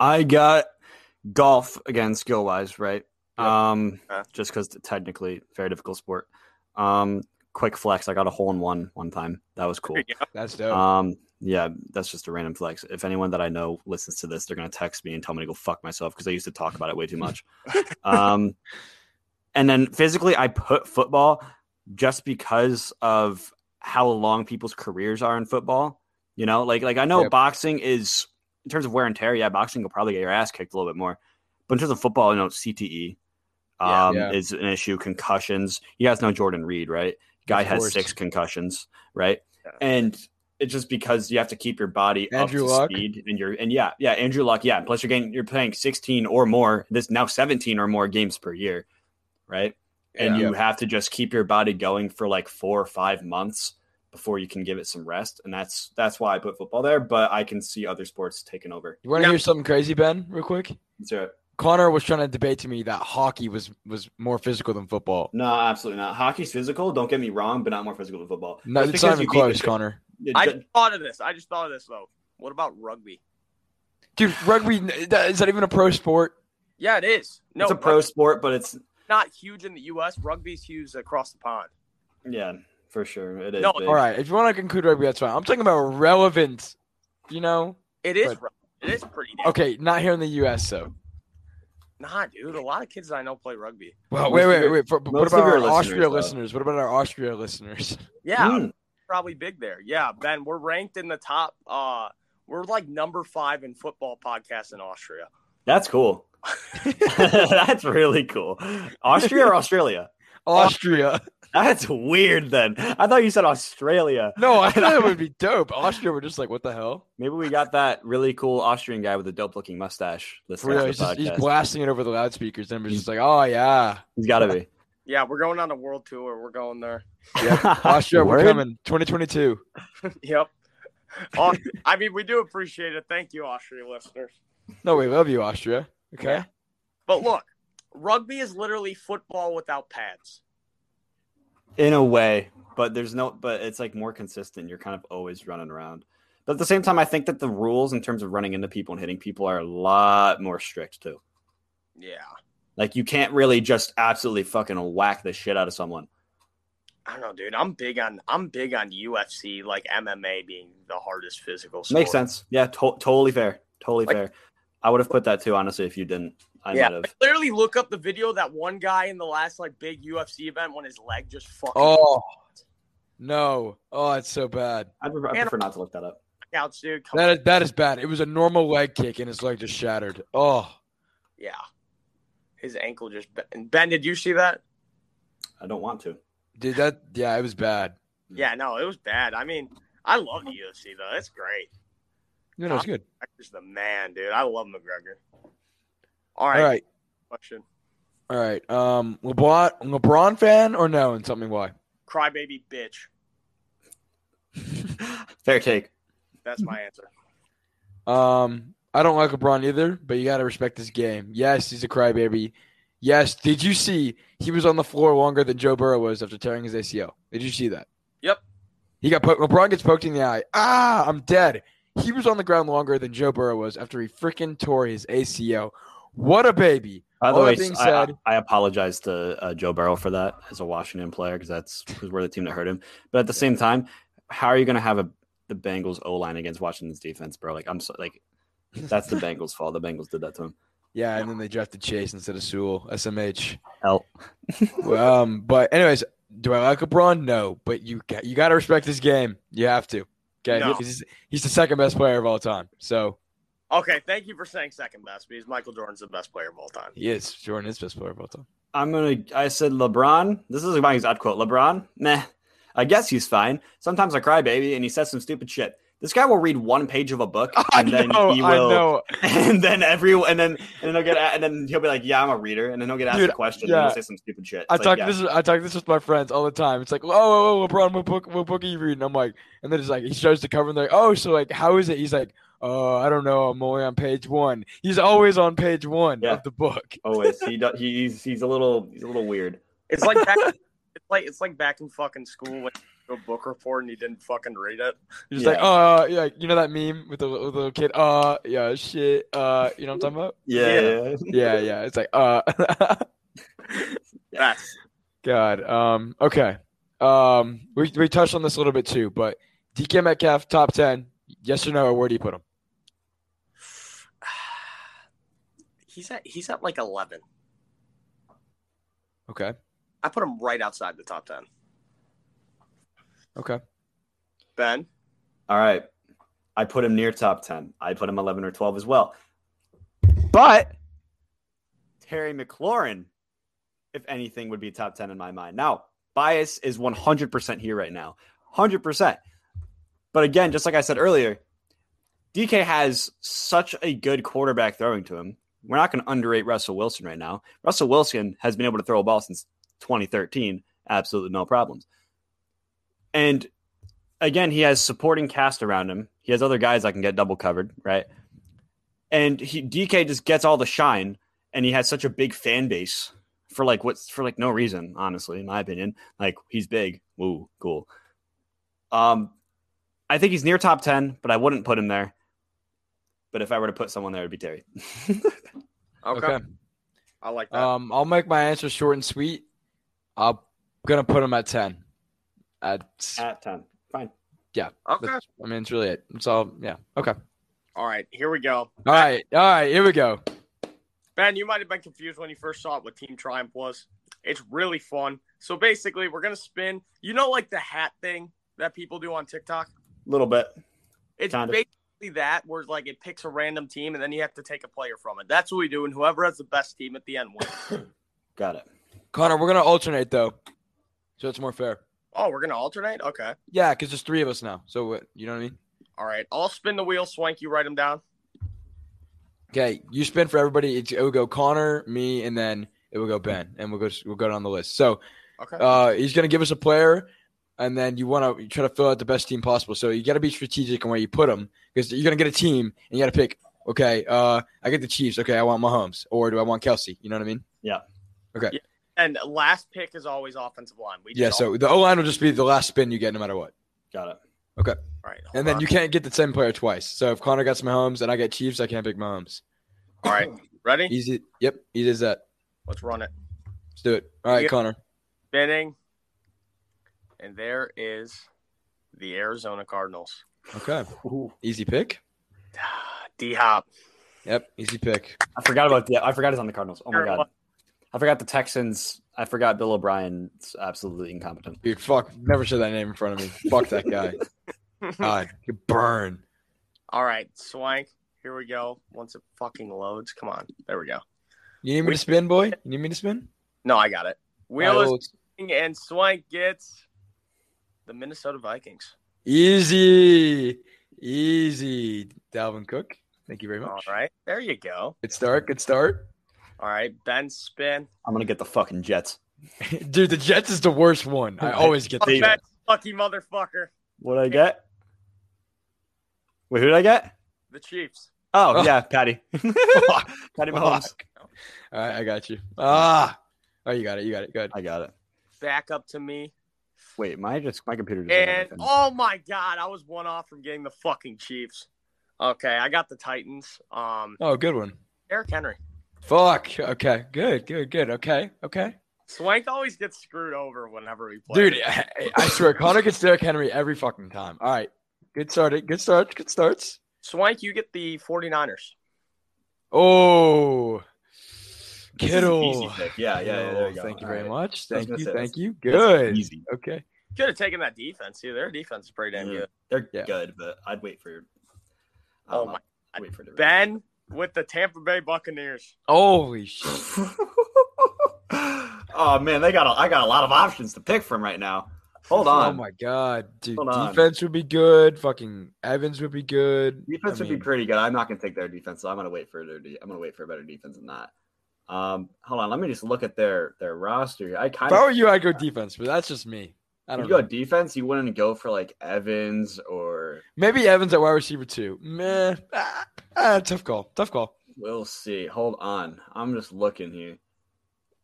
I got golf again, skill wise, right?
Yep.
Um,
Okay.
just because technically very difficult sport. Um, quick flex. I got a hole in one one time. That was cool.
Yeah.
That's dope.
Um, yeah, that's just a random flex. If anyone that I know listens to this, they're gonna text me and tell me to go fuck myself because I used to talk about it way too
(laughs)
much. um, and then physically, I put football just because of how long people's careers are in football. You know, like like I know
Yep.
boxing is in terms of wear and tear. Yeah, boxing will probably get your ass kicked a little bit more, but in terms of football, you know, CTE
Yeah.
um,
Yeah.
is an issue. Concussions. You guys know Jordan Reed, right? Guy has
course.
six concussions, right?
Yeah.
And it's just because you have to keep your body
Andrew
up to
Luck?
speed and you're and yeah, yeah, Andrew Luck, yeah. Plus you're getting you're playing 16 or more, this now 17 or more games per year, right? And
Yeah.
you have to just keep your body going for like four or five months before you can give it some rest. And that's that's why I put football there, but I can see other sports taking over.
you want to
no.
hear something crazy, Ben? Real quick.
So
Connor was trying to debate to me that hockey was was more physical than football.
no, absolutely not. Hockey's physical, don't get me wrong, but not more physical than football.
No,
Just
it's not
because
even
you beat the
close,
shit-
Connor.
I
ju-
just thought of this. I just thought of this though. What about rugby?
Dude, rugby that- is that even a pro sport?
Yeah, it is. No,
it's a pro
rugby's
sport, but it's
not huge in the U.S. Rugby's huge across the pond.
yeah. for sure. It is.
No,
big.
All right. If you want to conclude rugby, that's fine. I'm talking about relevant, you know?
It is.
But-
rough. it is pretty.
Oh.
Damn.
Okay, not here in the U.S., so.
Nah, dude. A lot of kids I know play rugby.
Well,
Most
wait,
of
wait,
your-
wait. For, but what
most of
about our
your
Austria
listeners,
listeners? What about our Austria listeners? (laughs)
Yeah,
Mm.
probably big there. Yeah, Ben, we're ranked in the top. Uh, we're like number five in football podcasts in Austria.
That's
(laughs)
cool. (laughs) That's really cool. Austria or Australia?
Austria.
That's weird then. I thought you said Australia.
No, (laughs) I thought it would be dope. Austria, we're just like, what the hell?
Maybe we got that really cool Austrian guy with a dope looking mustache.
For
Listening
real,
to the
he's, just, he's
podcast.
blasting it over the loudspeakers, and we're just like, oh yeah,
he's got to
(laughs)
be.
Yeah, we're going on a world tour. We're going there.
Austria, we're
Word?
coming, 2022.
yep. Au- I mean, we do appreciate it. Thank you, Austria listeners.
No, we love you, Austria. Okay,
But look, rugby is literally football without pads.
(laughs) In a way, but there's no, but it's like more consistent. You're kind of always running around. But at the same time, I think that the rules in terms of running into people and hitting people are a lot more strict too.
Yeah.
Like you can't really just absolutely fucking whack the shit out of someone.
I don't know, dude. I'm big on I'm big on UFC, like MMA being the hardest physical. Sport.
Makes sense. Yeah, to- totally fair. Totally
Like-
fair. I would have put that too, honestly, if you didn't. I
Yeah.
might have.
Literally, look up the video of that one guy in the last like big UFC event when his leg just fucking
Oh. no, oh, it's so bad.
I'd prefer, I'd
And-
prefer not to look that up.
out, dude. Come
That
on.
is, that is bad. It was a normal leg kick, and his leg just shattered. Oh,
Yeah, his ankle just. be- and Ben, did you see that?
I don't
(laughs)
want to.
dude, that yeah, it was bad.
Yeah, no, it was bad. I mean, I love the UFC though. It's great.
No, no, it's good.
McGregor's the man, dude. I love McGregor. All
All
right,
right,
question.
all right. Um, LeBron, LeBron fan or no? And something why?
Crybaby bitch.
Fair take.
That's (laughs) my answer.
Um, I don't like LeBron either, but you got to respect his game. Yes, he's a crybaby. Yes, did you see he was on the floor longer than Joe Burrow was after tearing his ACL? Did you see that?
Yep.
He got poked. LeBron gets poked in the eye. Ah, I'm dead. He was on the ground longer than Joe Burrow was after he freaking tore his ACL. What a baby!
By the
All that
way,
being
I,
said-
I, I apologize to uh, Joe Burrow for that as a Washington player because that's because we're the team that hurt him. But at the same time, how are you going to have a the Bengals O line against Washington's defense, bro? Like I'm so like
(laughs)
that's the Bengals' fault. The Bengals did that to him.
Yeah, and then they drafted Chase instead of Sewell. SMH.
L.
um, but anyways, do I like LeBron? No, but you got, you got to respect his game. You have to. Okay,
No.
'Cause he's, he's the second best player of all time. So
Okay, thank you for saying second best because Michael Jordan's the best player of all time.
he is Jordan is best player of all time.
I'm gonna. I said LeBron. This is my exact quote. LeBron, meh. I guess he's fine. Sometimes I cry, baby, and he says some stupid shit. This guy will read one page of a
(laughs)
book, and then he will, (laughs) and then every, and then and then he'll get, a- and then he'll be like, "Yeah, I'm a reader," and then he'll get asked
Dude,
a question, and
yeah.
he'll say some stupid shit.
I
It's like,
talk
yeah.
this. I talk this with my friends all the time. It's like, oh, oh, oh, LeBron, what book? What book are you reading? I'm like, and then it's like he starts to cover. And they're like, oh, so like, how is it? He's like, oh, I don't know. I'm only on page one. He's always on page one
Yeah.
of the book.
Always, he do, he's he's a little he's a little weird.
It's like (laughs) back, it's like it's like back in fucking school when you do a book report and you didn't fucking read it.
He's
Yeah.
like, uh, yeah, you know that meme with the, with the little kid, uh, yeah, shit, uh, you know what I'm talking about?
Yeah.
yeah.
Yeah, yeah. It's like, uh, (laughs)
That's
God. Um. Okay. Um. We we touched on this a little bit too, but DK Metcalf top ten. Yes or no? Or where do you put him?
he's at he's at like eleven.
Okay.
I put him right outside the top ten.
Okay.
Ben,
All right. I put him near top 10. I put him 11 or 12 as well. But Terry McLaurin, if anything, would be top 10 in my mind. Now, bias is 100% here right now. 100%. But again, just like I said earlier, DK has such a good quarterback throwing to him. We're not going to underrate Russell Wilson right now. Russell Wilson has been able to throw a ball since 2013. Absolutely no problems. And again, he has supporting cast around him. He has other guys that can get double covered, right? And he, DK just gets all the shine, and he has such a big fan base for like what's for like no reason, honestly, in my opinion. Like he's big, woo, cool. Um, I think he's near top ten, but I wouldn't put him there. But if I were to put someone there, it'd be Terry. (laughs)
okay, Uh, I like that.
Um. I'll make my answer short and sweet. I'm gonna put him at ten. That's,
at 10. Fine.
Okay.
that's- I mean, it's really it. It's all, yeah. Okay.
All right. Here we go.
All right. All right. Here we go.
Ben, you might have been confused when you first saw it what Team Triumph was. It's really fun. So basically, we're going to spin, you know, like the hat thing that people do on TikTok?
little bit.
It's
Kinda.
basically that, where like it picks a random team and then you have to take a player from it. That's what we do. And whoever has the best team at the end wins.
(laughs)
Got it.
Connor, we're going to alternate, though. So it's more fair.
oh, we're going to alternate? Okay.
Yeah, because there's three of us now. So, uh, you know what I mean?
All right. I'll spin the wheel. Swank, you write them down.
Okay. You spin for everybody. It's, it will go Connor, me, and then it will go Ben. And we'll go, we'll go down the list. So
Okay.
uh, he's going to give us a player. And then you want to try to fill out the best team possible. So you got to be strategic in where you put them because you're going to get a team and you got to pick, okay, uh, I get the Chiefs. Okay, I want Mahomes. Or do I want Kelsey? You know what I mean?
and last pick is always offensive line. We
Yeah,
just-
so the O line will just be the last spin you get no matter what.
Got it.
All right. hold
And then
on.
you can't get the same player twice. So if Connor gets Mahomes and I get Chiefs, I can't pick Mahomes.
All right.
(laughs)
Ready?
Easy. Yep, easy as that.
Let's run it.
Let's do it. All right,
Yeah.
Connor.
Spinning. And there is the Arizona Cardinals. (sighs)
Okay. Easy pick.
D Hop.
Yep, easy pick.
I forgot about the. I forgot it's on the Cardinals. Oh my
Sure,
god.
what-
I forgot the Texans. I forgot Bill O'Brien's absolutely incompetent.
Dude, fuck. Never said that name in front of me. Fuck
(laughs)
that guy. God, you burn.
All right, Swank. Here we go. Once it fucking loads, come on. There we go.
You need me to spin, boy? You need me to spin?
No, I got it. Wheel
All right,
is
well,
spinning and Swank gets the Minnesota Vikings.
easy. Easy. Dalvin Cook. Thank you very
All
much.
right, there you go.
Good start. Good start. (laughs)
All right, Ben spin.
I'm gonna get the fucking Jets.
Dude, the Jets is the worst one. I always get
Fuck
the
They-
Ben, lucky motherfucker.
What I get? Wait, who did I get?
The Chiefs.
Oh,
Oh.
yeah, Patty. (laughs)
Fuck.
Patty Mahomes.
All right, I got you. Ah, oh, you got it. You got it. Good.
I got it.
Back up to me.
Wait, my just my computer. Just
And oh my god, I was one off from getting the fucking Chiefs. Okay, I got the Titans. Um,
Oh, good one.
Eric Henry.
Fuck. Okay. Good. Good. Good. Okay. Okay.
Swank always gets screwed over whenever we play.
Dude, I, I swear, Connor gets Derrick Henry every fucking time. All right. Good start. Good start. Good starts.
Swank, you get the 49ers.
Oh, Kittle.
Yeah, yeah, yeah. There you go.
Thank you
All
very
right.
much. Thank
gonna
you.
say,
Thank
that's-
you.
that's
Good.
Easy.
Okay.
Could have taken that defense too. Their defense is pretty damn
Yeah.
good.
They're
Yeah.
good, but I'd wait for. I
Oh
don't
my
know. Wait for it to-
Ben with the Tampa Bay Buccaneers.
Holy shit.
(laughs) oh man, they got. A, I got a lot of options to pick from right now. Hold
Oh
on.
my god, dude.
Hold on.
Defense would be good. Fucking Evans would be good.
Defense
I
would
mean-
be pretty good. I'm not going to take their defense, so I'm going to wait for their. De- I'm going to wait for a better defense than that. Um, hold on, let me just look at their their roster. I
If
kind
I
of
were you, I'd go defense, but that's just me. I
you
don't
go
know.
defense. You wouldn't go for like Evans or
Maybe Evans at wide receiver too. Meh. Ah, ah, tough call. Tough call.
we'll see. Hold on, I'm just looking here.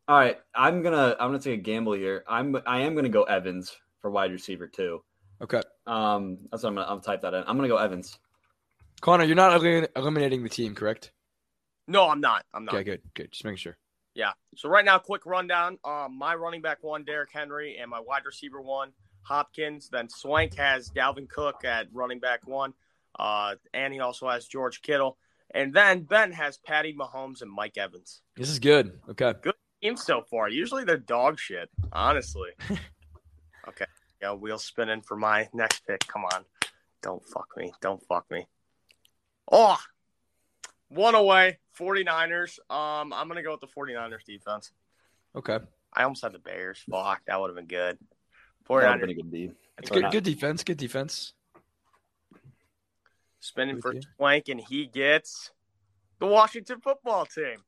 All right, I'm gonna I'm gonna take a gamble here. I'm I am gonna go Evans for wide receiver too.
Okay.
Um, that's what I'm gonna I'll type that in. I'm gonna go Evans.
Connor, you're not elimin- eliminating the team, correct?
No, I'm not. I'm not.
Okay, good. Good. Just making sure.
Yeah. So right now, quick rundown. Um, my running back one, Derrick Henry, and my wide receiver one, Hopkins. Then Swank has Dalvin Cook at running back one. Uh, and he also has George Kittle. And then Ben has Patty Mahomes and Mike Evans.
This is good. Okay.
Team so far. Usually they're dog shit,
(laughs)
honestly. okay. Yeah, wheel spinning for my next pick. Come on. Don't fuck me. Don't fuck me. Oh, one away. 49ers. Um, I'm going to go with the 49ers defense.
Okay.
I almost had the Bears. Fuck, that would have been good.
That would've
49ers
been a good D.
It's
Or
good,
not.
good defense. Good defense.
spinning for
Okay.
Swank, and he gets the Washington football team.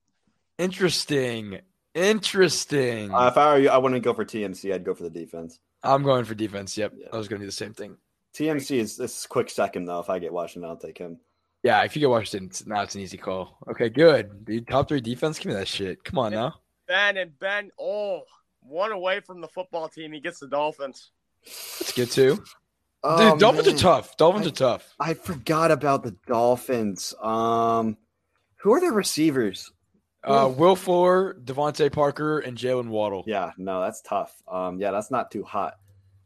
Interesting. Interesting.
Uh, if I were you, I wouldn't go for TMC. I'd go for the defense.
I'm going for defense. Yep.
Yeah.
I was going to do the same thing.
TMC is this is quick second though. If I get Washington, I'll take him.
Yeah, if you get Washington, it's, now it's an easy call. Okay, good. The top three defense, give me that shit. Come on
Yeah.
now.
Ben and Ben, oh, one away from the football team. He gets the Dolphins.
Let's get to. Dude, Dolphins are tough. Dolphins
Oh, I-
are tough.
I forgot about the Dolphins. Um, who are their receivers?
Uh, Will Fuller, Devontae Parker, and Jalen Waddle.
Yeah, no, that's tough. Um, yeah, that's not too hot.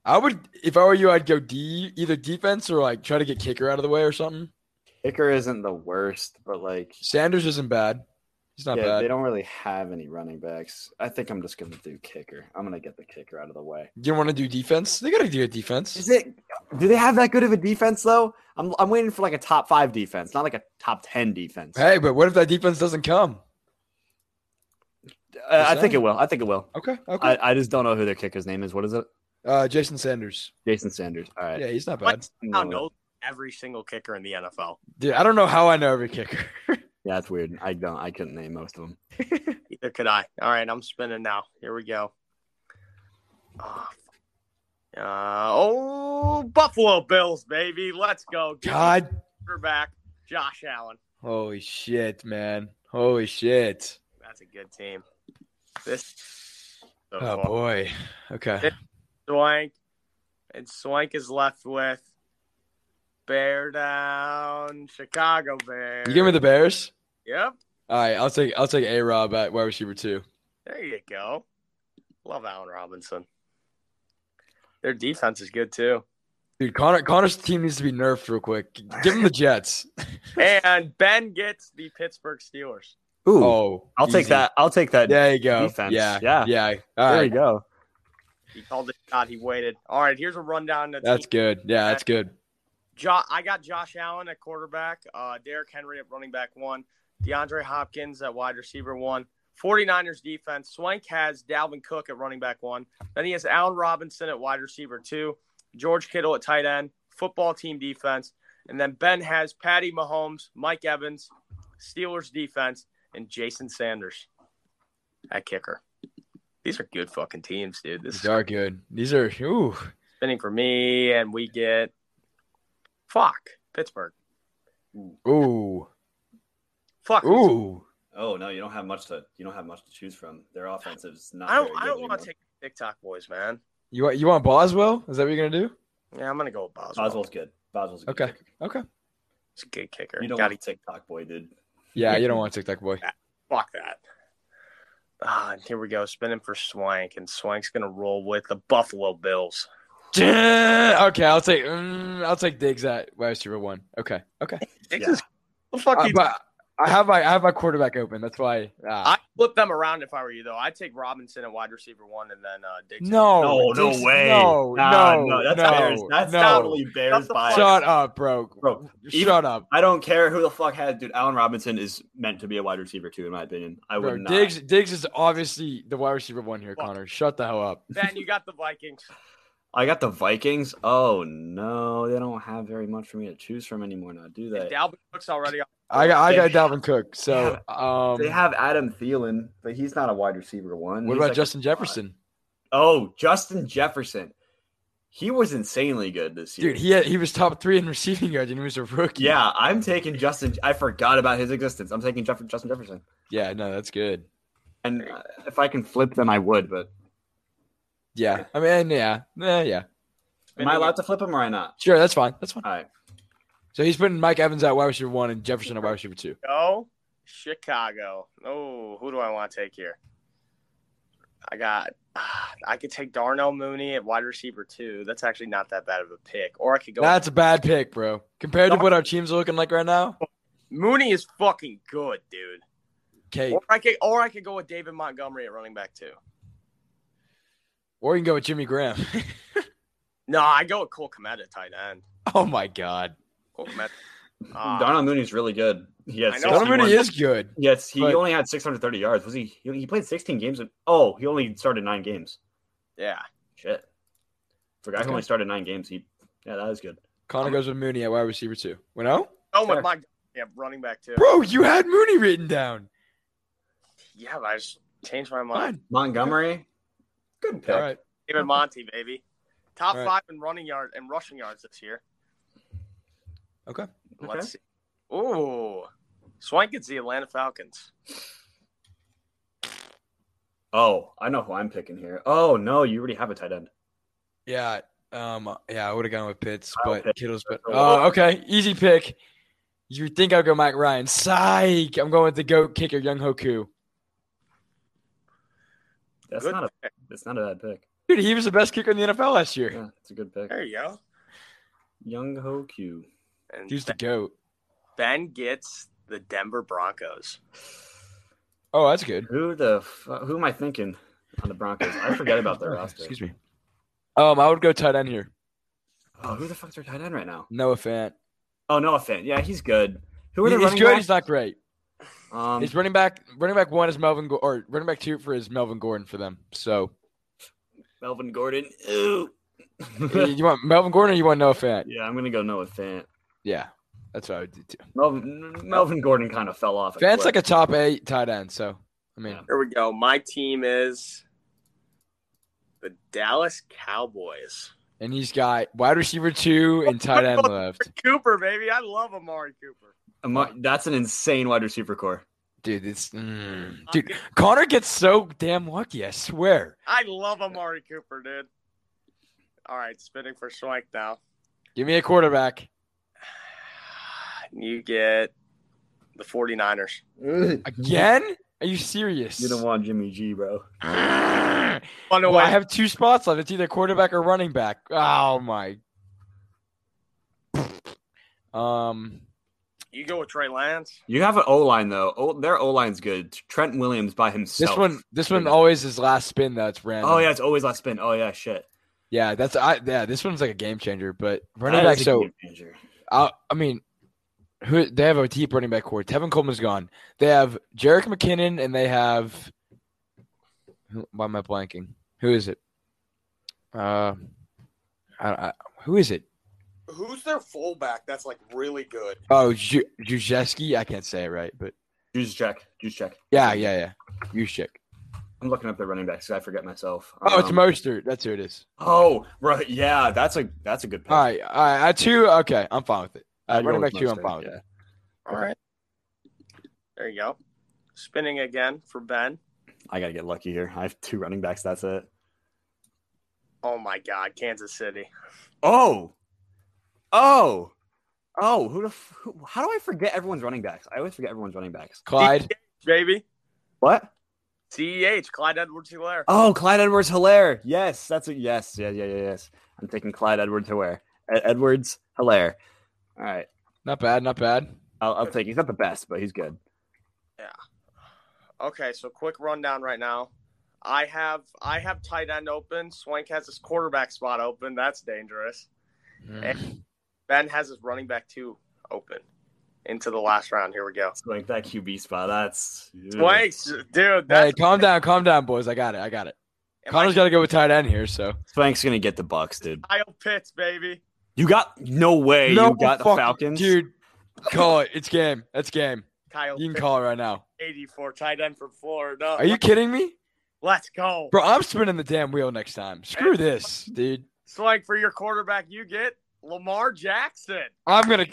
I would, if I were you, I'd go D, either defense or like try to get kicker out of the way or something.
Kicker isn't the worst, but like
Sanders isn't bad. He's not
yeah,
bad.
they don't really have any running backs. I think I'm just gonna do kicker. I'm gonna get the kicker out of the way.
You don't want to do defense? They got to do a defense.
Is it? Do they have that good of a defense though? I'm I'm waiting for like a top five defense, not like a top ten defense.
Hey, but what if that defense doesn't come?
Uh, I think it will. I think it will.
Okay, okay.
I, I just don't know who their kicker's name is. What is it?
uh, Jason Sanders.
Jason Sanders. All right.
Yeah, he's not
What?
bad.
I'm
Now
going with-
knows every single kicker in the NFL.
Dude, I don't know how I know every kicker. (laughs)
Yeah, that's weird. I don't. I couldn't name most of them.
Neither could I. All right, I'm spinning now. Here we go. Ah, f- Uh, oh, Buffalo Bills, baby. Let's go. Give me
God,
quarterback Josh Allen.
holy shit, man. Holy shit.
That's a good team. This so
Oh
far.
boy. Okay.
Swank, and Swank is left with Bear down Chicago Bear.
You give me the Bears.
yep.
All right, I'll take I'll take A Rob at wide receiver two.
There you go. Love Allen Robinson. Their defense is good too.
Dude, Connor Connor's team needs to be nerfed real quick. Give him the Jets.
And Ben gets the Pittsburgh Steelers.
Ooh,
Oh,
I'll take
easy.
that. I'll take that.
There you go.
Defense.
Yeah,
Yeah.
yeah, yeah. All
there
right,
we go.
He called it shot. He waited. All right, here's a rundown. Of the
that's
team.
good. Yeah, that's good.
Jo- I got Josh Allen at quarterback, uh, Derrick Henry at running back one, DeAndre Hopkins at wide receiver one, 49ers defense. Swank has Dalvin Cook at running back one. Then he has Allen Robinson at wide receiver two, George Kittle at tight end, football team defense. And then Ben has Patty Mahomes, Mike Evans, Steelers defense, and Jason Sanders at kicker. These are good fucking teams, dude. This
These
is
are good. These are ooh.
spinning for me, and we get fuck Pittsburgh.
Ooh.
Fuck.
Ooh.
Oh no, you don't have much to. You don't have much to choose from. Their offense is not.
I don't. I don't want to take the TikTok boys, man.
You want you want Boswell? Is that what you're gonna do?
Yeah, I'm gonna go with Boswell.
Boswell's good. Boswell's a good
Okay.
kicker.
Okay.
He's a good kicker.
You don't
Gotta
want TikTok boy, dude.
Yeah, you don't want TikTok boy.
fuck that. Ah, and here we go. Spinning for Swank, and Swank's gonna roll with the Buffalo Bills.
(laughs) okay, I'll take mm, I'll take Diggs at wide receiver one. Okay,
(laughs)
okay.
Diggs
Yeah.
is- Well, fuck
Uh,
you.
but I have my I have my quarterback open. That's why. Uh,
I flip them around if I were you, though. I'd take Robinson at wide receiver one, and then uh, Diggs.
no,
no
Diggs-
way.
Oh, No,
Nah,
no,
That's
no,
Bears. That's
no.
totally Bears
Shut the
bias.
Shut up, bro.
Bro, even-
Shut up,
I don't care who the fuck has, dude. Allen Robinson is meant to be a wide receiver too, in my opinion. I
bro.
would not.
Diggs Diggs is obviously the wide receiver one here,
Fuck.
Connor. Shut the hell up.
Then you got the
(laughs)
Vikings.
I got the Vikings. Oh no, they don't have very much for me to choose from anymore. Now, do
And
they?
Dalvin Cook's already. on-
I got I
They
got Dalvin Cook. So um,
They have Adam Thielen, but he's not a wide receiver one.
what
He's
about
like-
Justin Jefferson?
Oh, Justin Jefferson. He was insanely good this year.
Dude, he had, he was top three in receiving yards, and he was a rookie.
yeah, I'm taking Justin. I forgot about his existence. I'm taking Jeff- Justin Jefferson.
yeah, no, that's good.
And uh, if I can flip them, I would. But
Yeah, I mean, yeah, yeah, yeah.
am I allowed to flip him or I not?
Sure, that's fine. That's fine.
All right.
So he's putting Mike Evans at wide receiver one and Jefferson at wide receiver two.
go Chicago. Oh, who do I want to take here? I got. I could take Darnell Mooney at wide receiver two. That's actually not that bad of a pick. Or I could go.
That's a bad pick, bro. Compared to what our teams are looking like right now.
Mooney is fucking good, dude.
Okay,
Or I could, or I could go with David Montgomery at running back too.
or you can go with Jimmy Graham. (laughs)
No, I go with Cole Komet at tight end.
oh my God,
Cole
(laughs)
Komet. Uh,
Donald Mooney's really good. He had
I know.
61
Ah. Donovan Mooney is good.
Yes, he
But-
only had 630 yards. Was he? He he played 16 games. in- oh, he only started nine games.
yeah,
Shit. For a guy
Okay.
who only started nine games, he yeah, that is good.
Connor goes with Mooney at wide receiver two. Well, no,
oh with
Fair.
Montgomery at running back too.
bro, you had Mooney written down.
Yeah, but I just changed my mind.
Fine.
Montgomery, good pick.
All right.
David Monty, baby, top
All right.
five in running yard and rushing yards this year.
Okay.
Let's see. Ooh, Swank gets the Atlanta Falcons.
Oh, I know who I'm picking here. Oh no, you already have a tight end.
Yeah. Um. Yeah, I would have gone with Pitts,
I'll
but
pick
Kittle's. But
Russell.
oh, okay, easy pick. You think I'll go Mike Ryan? Psych! I'm going with the goat kicker, Young Hoku.
That's
Good
not a
pick.
that's not a bad pick.
Dude, he was the best kicker in the NFL last year.
Yeah, it's a good pick.
There you go.
Young Ho Q.
And
He's the goat.
Ben gets the Denver Broncos.
Oh, that's good.
Who the fu- who am I thinking on the Broncos? I forget about
(laughs)
their roster.
Excuse me. Um, I would go tight end here.
Oh, who the fuck's their tight end right now?
Noah Fant.
Oh, Noah Fant. Yeah, he's good. Who are
He-
the
He's
running
good. He's
backs?
not great.
Um,
His running back, running back one is Melvin, Go- or running back two for is Melvin Gordon for them.
(laughs)
So
Melvin Gordon. Ew.
(laughs)
(laughs)
you want Melvin Gordon or you want Noah Fant?
yeah, I'm gonna go Noah Fant.
Yeah, that's what I would do too.
Melvin, Melvin Gordon kind of fell off.
Fant's like a top eight tight end. So I mean,
Yeah.
Here we go. My team is the Dallas Cowboys.
and he's got wide receiver two and
(laughs)
tight end left.
Cooper, baby. I love Amari Cooper.
that's an insane wide receiver core.
Dude, it's mm. dude. Connor gets so damn lucky. I swear.
I love Amari Cooper, dude. All right, spinning for Schwank now.
Give me a quarterback.
You get the 49ers.
you
Again? Are you serious?
don't
(sighs)
want Jimmy G, bro.
Run
Well,
away.
I have two spots left. It's either quarterback or running back. Oh my. Um.
you go with Trey Lance.
You have an O line though. O- their O line's good. Trent Williams by
This
himself.
one. This one always is last spin. though. It's random.
Oh yeah, it's always last spin. Oh yeah, shit.
Yeah. That's I. Yeah. This one's like a game changer. But running
That
back.
is a
So
game changer.
I. I mean, who they have a deep running back core. Tevin Coleman's gone. They have Jarek McKinnon and they have. who- Why am I blanking? Who is it? Uh, I, I, who is it?
Who's their fullback that's like really good?
Oh, Ju- Juszewski. I can't say it right, but
Juice check. Juice check.
yeah, yeah, yeah. Juszczyk.
I'm looking up the running backs. 'cause I forget myself.
Oh, it's
Um,
Mostert. That's who it is.
Oh, right. Yeah, that's a that's a good pick.
All right, all right. I two. Okay, I'm fine with it. Uh,
I'd go
running back
with
two. I'm
Mostert,
fine with
yeah.
it.
All right. There you go. Spinning again for Ben.
I gotta get lucky here. I have two running backs. That's it.
Oh my God, Kansas City.
Oh, oh, oh. Who the? F- who, how do I forget everyone's running backs? I always forget everyone's running backs.
Clyde.
(laughs) Baby.
What?
CEH, Clyde Edwards Hilaire.
Oh, Clyde Edwards Hilaire. Yes, that's a yes. Yeah, yeah, yeah, yes. I'm taking Clyde Edwards Hilaire. Ed- Edwards Hilaire. All right.
Not bad. Not bad.
I'll, I'll take. He's not the best, but he's good.
Okay, so quick rundown right now. I have I have tight end open. Swank has his quarterback spot open. That's dangerous.
Mm.
Ben has his running back two open into the last round. Here we go.
It's Like that QB spot. That's
Swank, dude.
Mm. Hey,
That's,
calm down. Calm down, boys. I got it. I got it.
am I
Connor's got to go with tight end here. So
Spank's gonna get the Bucks, dude.
Kyle Pitts, baby.
You got no way. you got the
fuck-
Falcons,
dude. Call it. It's game. That's game.
Kyle
You can
Pitts,
call it right now.
84, tight end from Florida.
Are you kidding me,
Let's go.
bro? I'm spinning the damn wheel next time. Screw this, dude.
Swank, for your quarterback, you get Lamar Jackson.
I'm (sighs) gonna.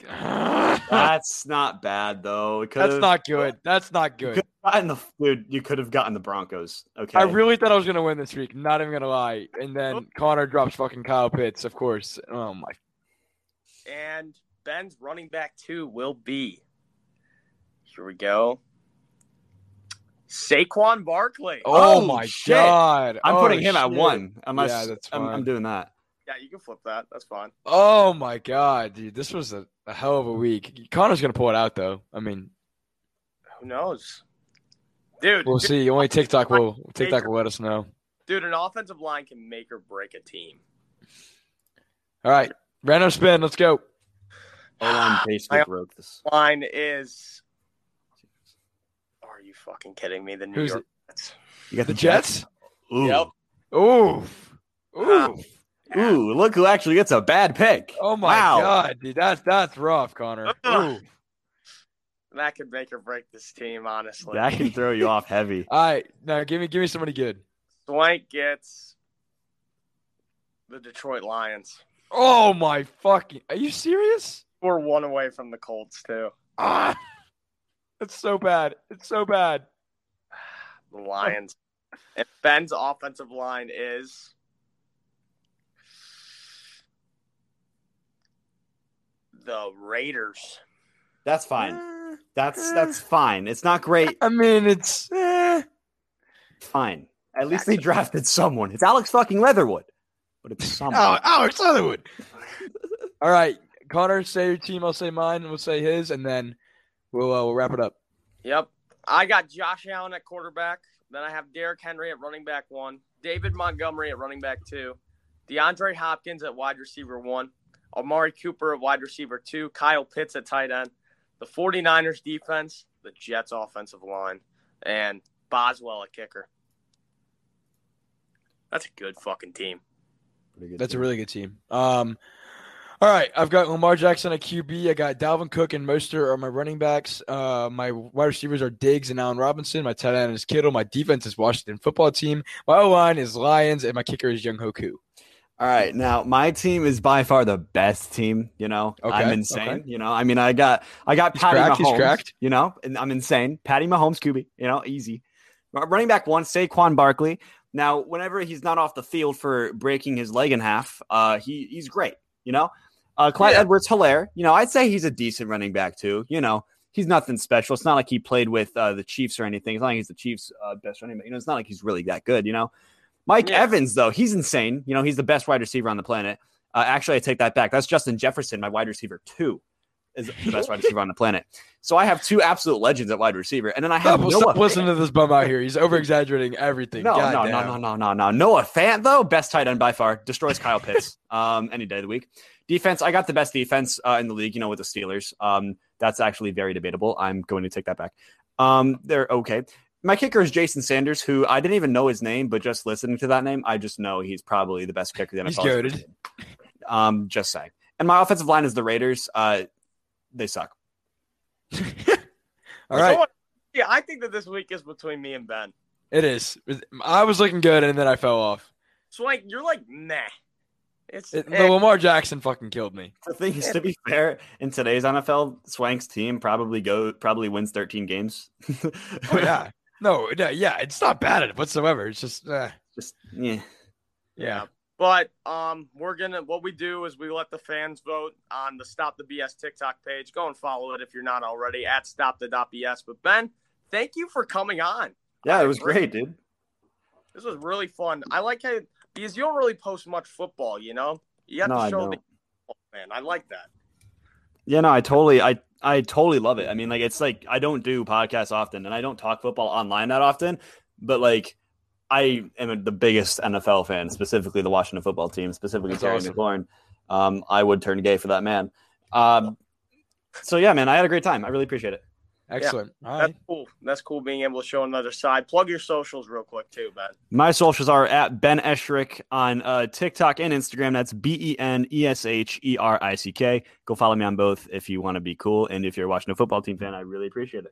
That's not bad though. It
That's
could've-
not good. That's not good.
Could have gotten the dude. You could have gotten the Broncos. Okay. Oh.
I really thought I was gonna win this week. Not even gonna lie. And then Connor drops fucking Kyle Pitts, of course. Oh my.
And Ben's running back two will be. Here we go. Saquon Barkley.
Oh,
Oh,
my
shit.
god.
I'm
Oh,
putting him at
shit.
one. Unless
Yeah, that's
I'm, I'm
fine.
doing that.
Yeah, you can flip that. That's fine.
Oh my god, dude. This was a, a hell of a week. Connor's gonna pull it out though. I mean,
Who knows? Dude,
we'll
dude,
see. Only TikTok will TikTok will let us know.
dude, an offensive line can make or break a team.
All right. Random spin, let's go.
Hold on,
I-
Facebook broke this.
Line is Are you fucking kidding me? The New
Who's
York
it?
Jets.
You got
The Jets?
Ooh.
Yep.
Oof.
Ah.
Oof.
Ooh, look who actually gets a bad pick.
Oh my
Wow.
god, dude. That's that's rough, Connor.
Ugh.
Ooh.
That could make or break this team, honestly.
That can throw you off heavy.
All right. Now give me give me somebody good.
Swank gets the Detroit Lions.
Oh my fucking! Are you serious?
We're one away from the Colts too.
Ah, it's so bad. It's so bad.
The Lions. and Ben's offensive line is the Raiders.
(laughs) That's fine.
(laughs)
That's that's fine. It's not great.
I mean, it's eh,
Fine. At least they drafted someone. It's Alex fucking Leatherwood, but
(laughs)
it's someone.
Oh,
(laughs)
Alex Leatherwood. All right, Connor, say your team. I'll say mine. We'll say his, and then we'll uh, we'll wrap it up.
Yep. I got Josh Allen at quarterback. Then I have Derrick Henry at running back one, David Montgomery at running back two, DeAndre Hopkins at wide receiver one, Amari Cooper at wide receiver two, Kyle Pitts at tight end, the 49ers defense, the Jets offensive line, and Boswell at kicker. That's a good fucking team.
Pretty good
That's a
team.
really good team. Um, all right, I've got Lamar Jackson at QB. I got Dalvin Cook and Mostert are my running backs. Uh, my wide receivers are Diggs and Allen Robinson. My tight end is Kittle. My defense is Washington football team. My O line is Lions, and my kicker is Young Hoku.
All right, now my team is by far the best team. You know,
Okay,
I'm insane.
okay.
You know, I mean, I got I got
He's
Patty
cracked, he's
Mahomes.
cracked.
You know, and I'm insane. Patty Mahomes, QB. You know, easy. R- Running back one, Saquon Barkley. Now, whenever he's not off the field for breaking his leg in half, uh, he he's great. You know, uh, Clyde
Yeah.
Edwards Hilaire. You know, I'd say he's a decent running back too. You know, he's nothing special. It's not like he played with uh, the Chiefs or anything. It's not like he's the Chiefs' uh, best running back. You know, it's not like he's really that good. You know. Mike
Yeah.
Evans, though, he's insane. You know, he's the best wide receiver on the planet. Uh, actually, I take that back. That's Justin Jefferson, my wide receiver two, is the best wide receiver on the planet. So I have two absolute legends at wide receiver, and (laughs) then I have
Stop,
Noah.
stop listening to this bum out here. He's over exaggerating everything.
no, no,
God
no,
damn.
no, no, no, no. Noah Fant, though, best tight end by far, destroys Kyle Pitts um, any day of the week. Defense, I got the best defense uh, in the league. You know, with the Steelers, um, that's actually very debatable. I'm going to take that back. Um, they're okay. My kicker is Jason Sanders, who I didn't even know his name, but just listening to that name, I just know he's probably the best kicker. The
He's
NFL has ever
goated.
seen. Um, just saying. And my offensive line is the Raiders. Uh, they suck.
All right,
Someone- yeah, I think that this week is between me and Ben.
it is. I was looking good, and then I fell off.
Swank, you're like, nah. It's
It,
eh.
the Lamar Jackson fucking killed
(laughs)
me.
The thing is, to
(laughs)
be fair, in today's NFL, Swank's team probably go probably wins 13 games. (laughs)
Oh, yeah. No, no, yeah, it's not bad at it whatsoever. It's just, uh,
Just yeah.
yeah.
But um, we're gonna what we do is we let the fans vote on the Stop the BS TikTok page. Go and follow it if you're not already at Stop the BS. But Ben, thank you for coming on.
Yeah, it was
agree.
great, dude.
This was really fun. I like how because you don't really post much football, you know. You have
No,
to
I
show the
don't.
man. I like that.
Yeah, no, I totally I I totally love it. I mean, like it's like I don't do podcasts often and I don't talk football online that often, but like I am the biggest NFL fan, specifically the Washington football team, specifically
That's
Terry
awesome.
McLaurin. Um, I would turn gay for that man. Um, so yeah, man, I had a great time. I really appreciate it.
Excellent. All
That's
right.
cool. That's cool being able to show another side. Plug your socials real quick too, Ben.
My socials are at Ben Escherick on uh, TikTok and Instagram. That's B E N E S H E R I C K. Go follow me on both if you want to be cool. And if you're watching a football team fan, I really appreciate it.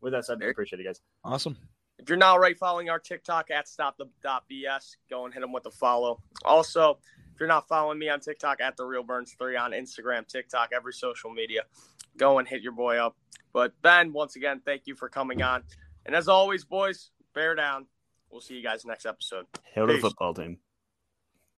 With that said, I appreciate it, guys.
Awesome.
If you're not already following our TikTok at stop the dot BS, go and hit them with a follow. Also, if you're not following me on TikTok at the real burns three on Instagram, TikTok, every social media, go and hit your boy up. But Ben, once again, thank you for coming on. And as always, boys, bear down. We'll see you guys next episode.
Hail to the
Peace.
football team.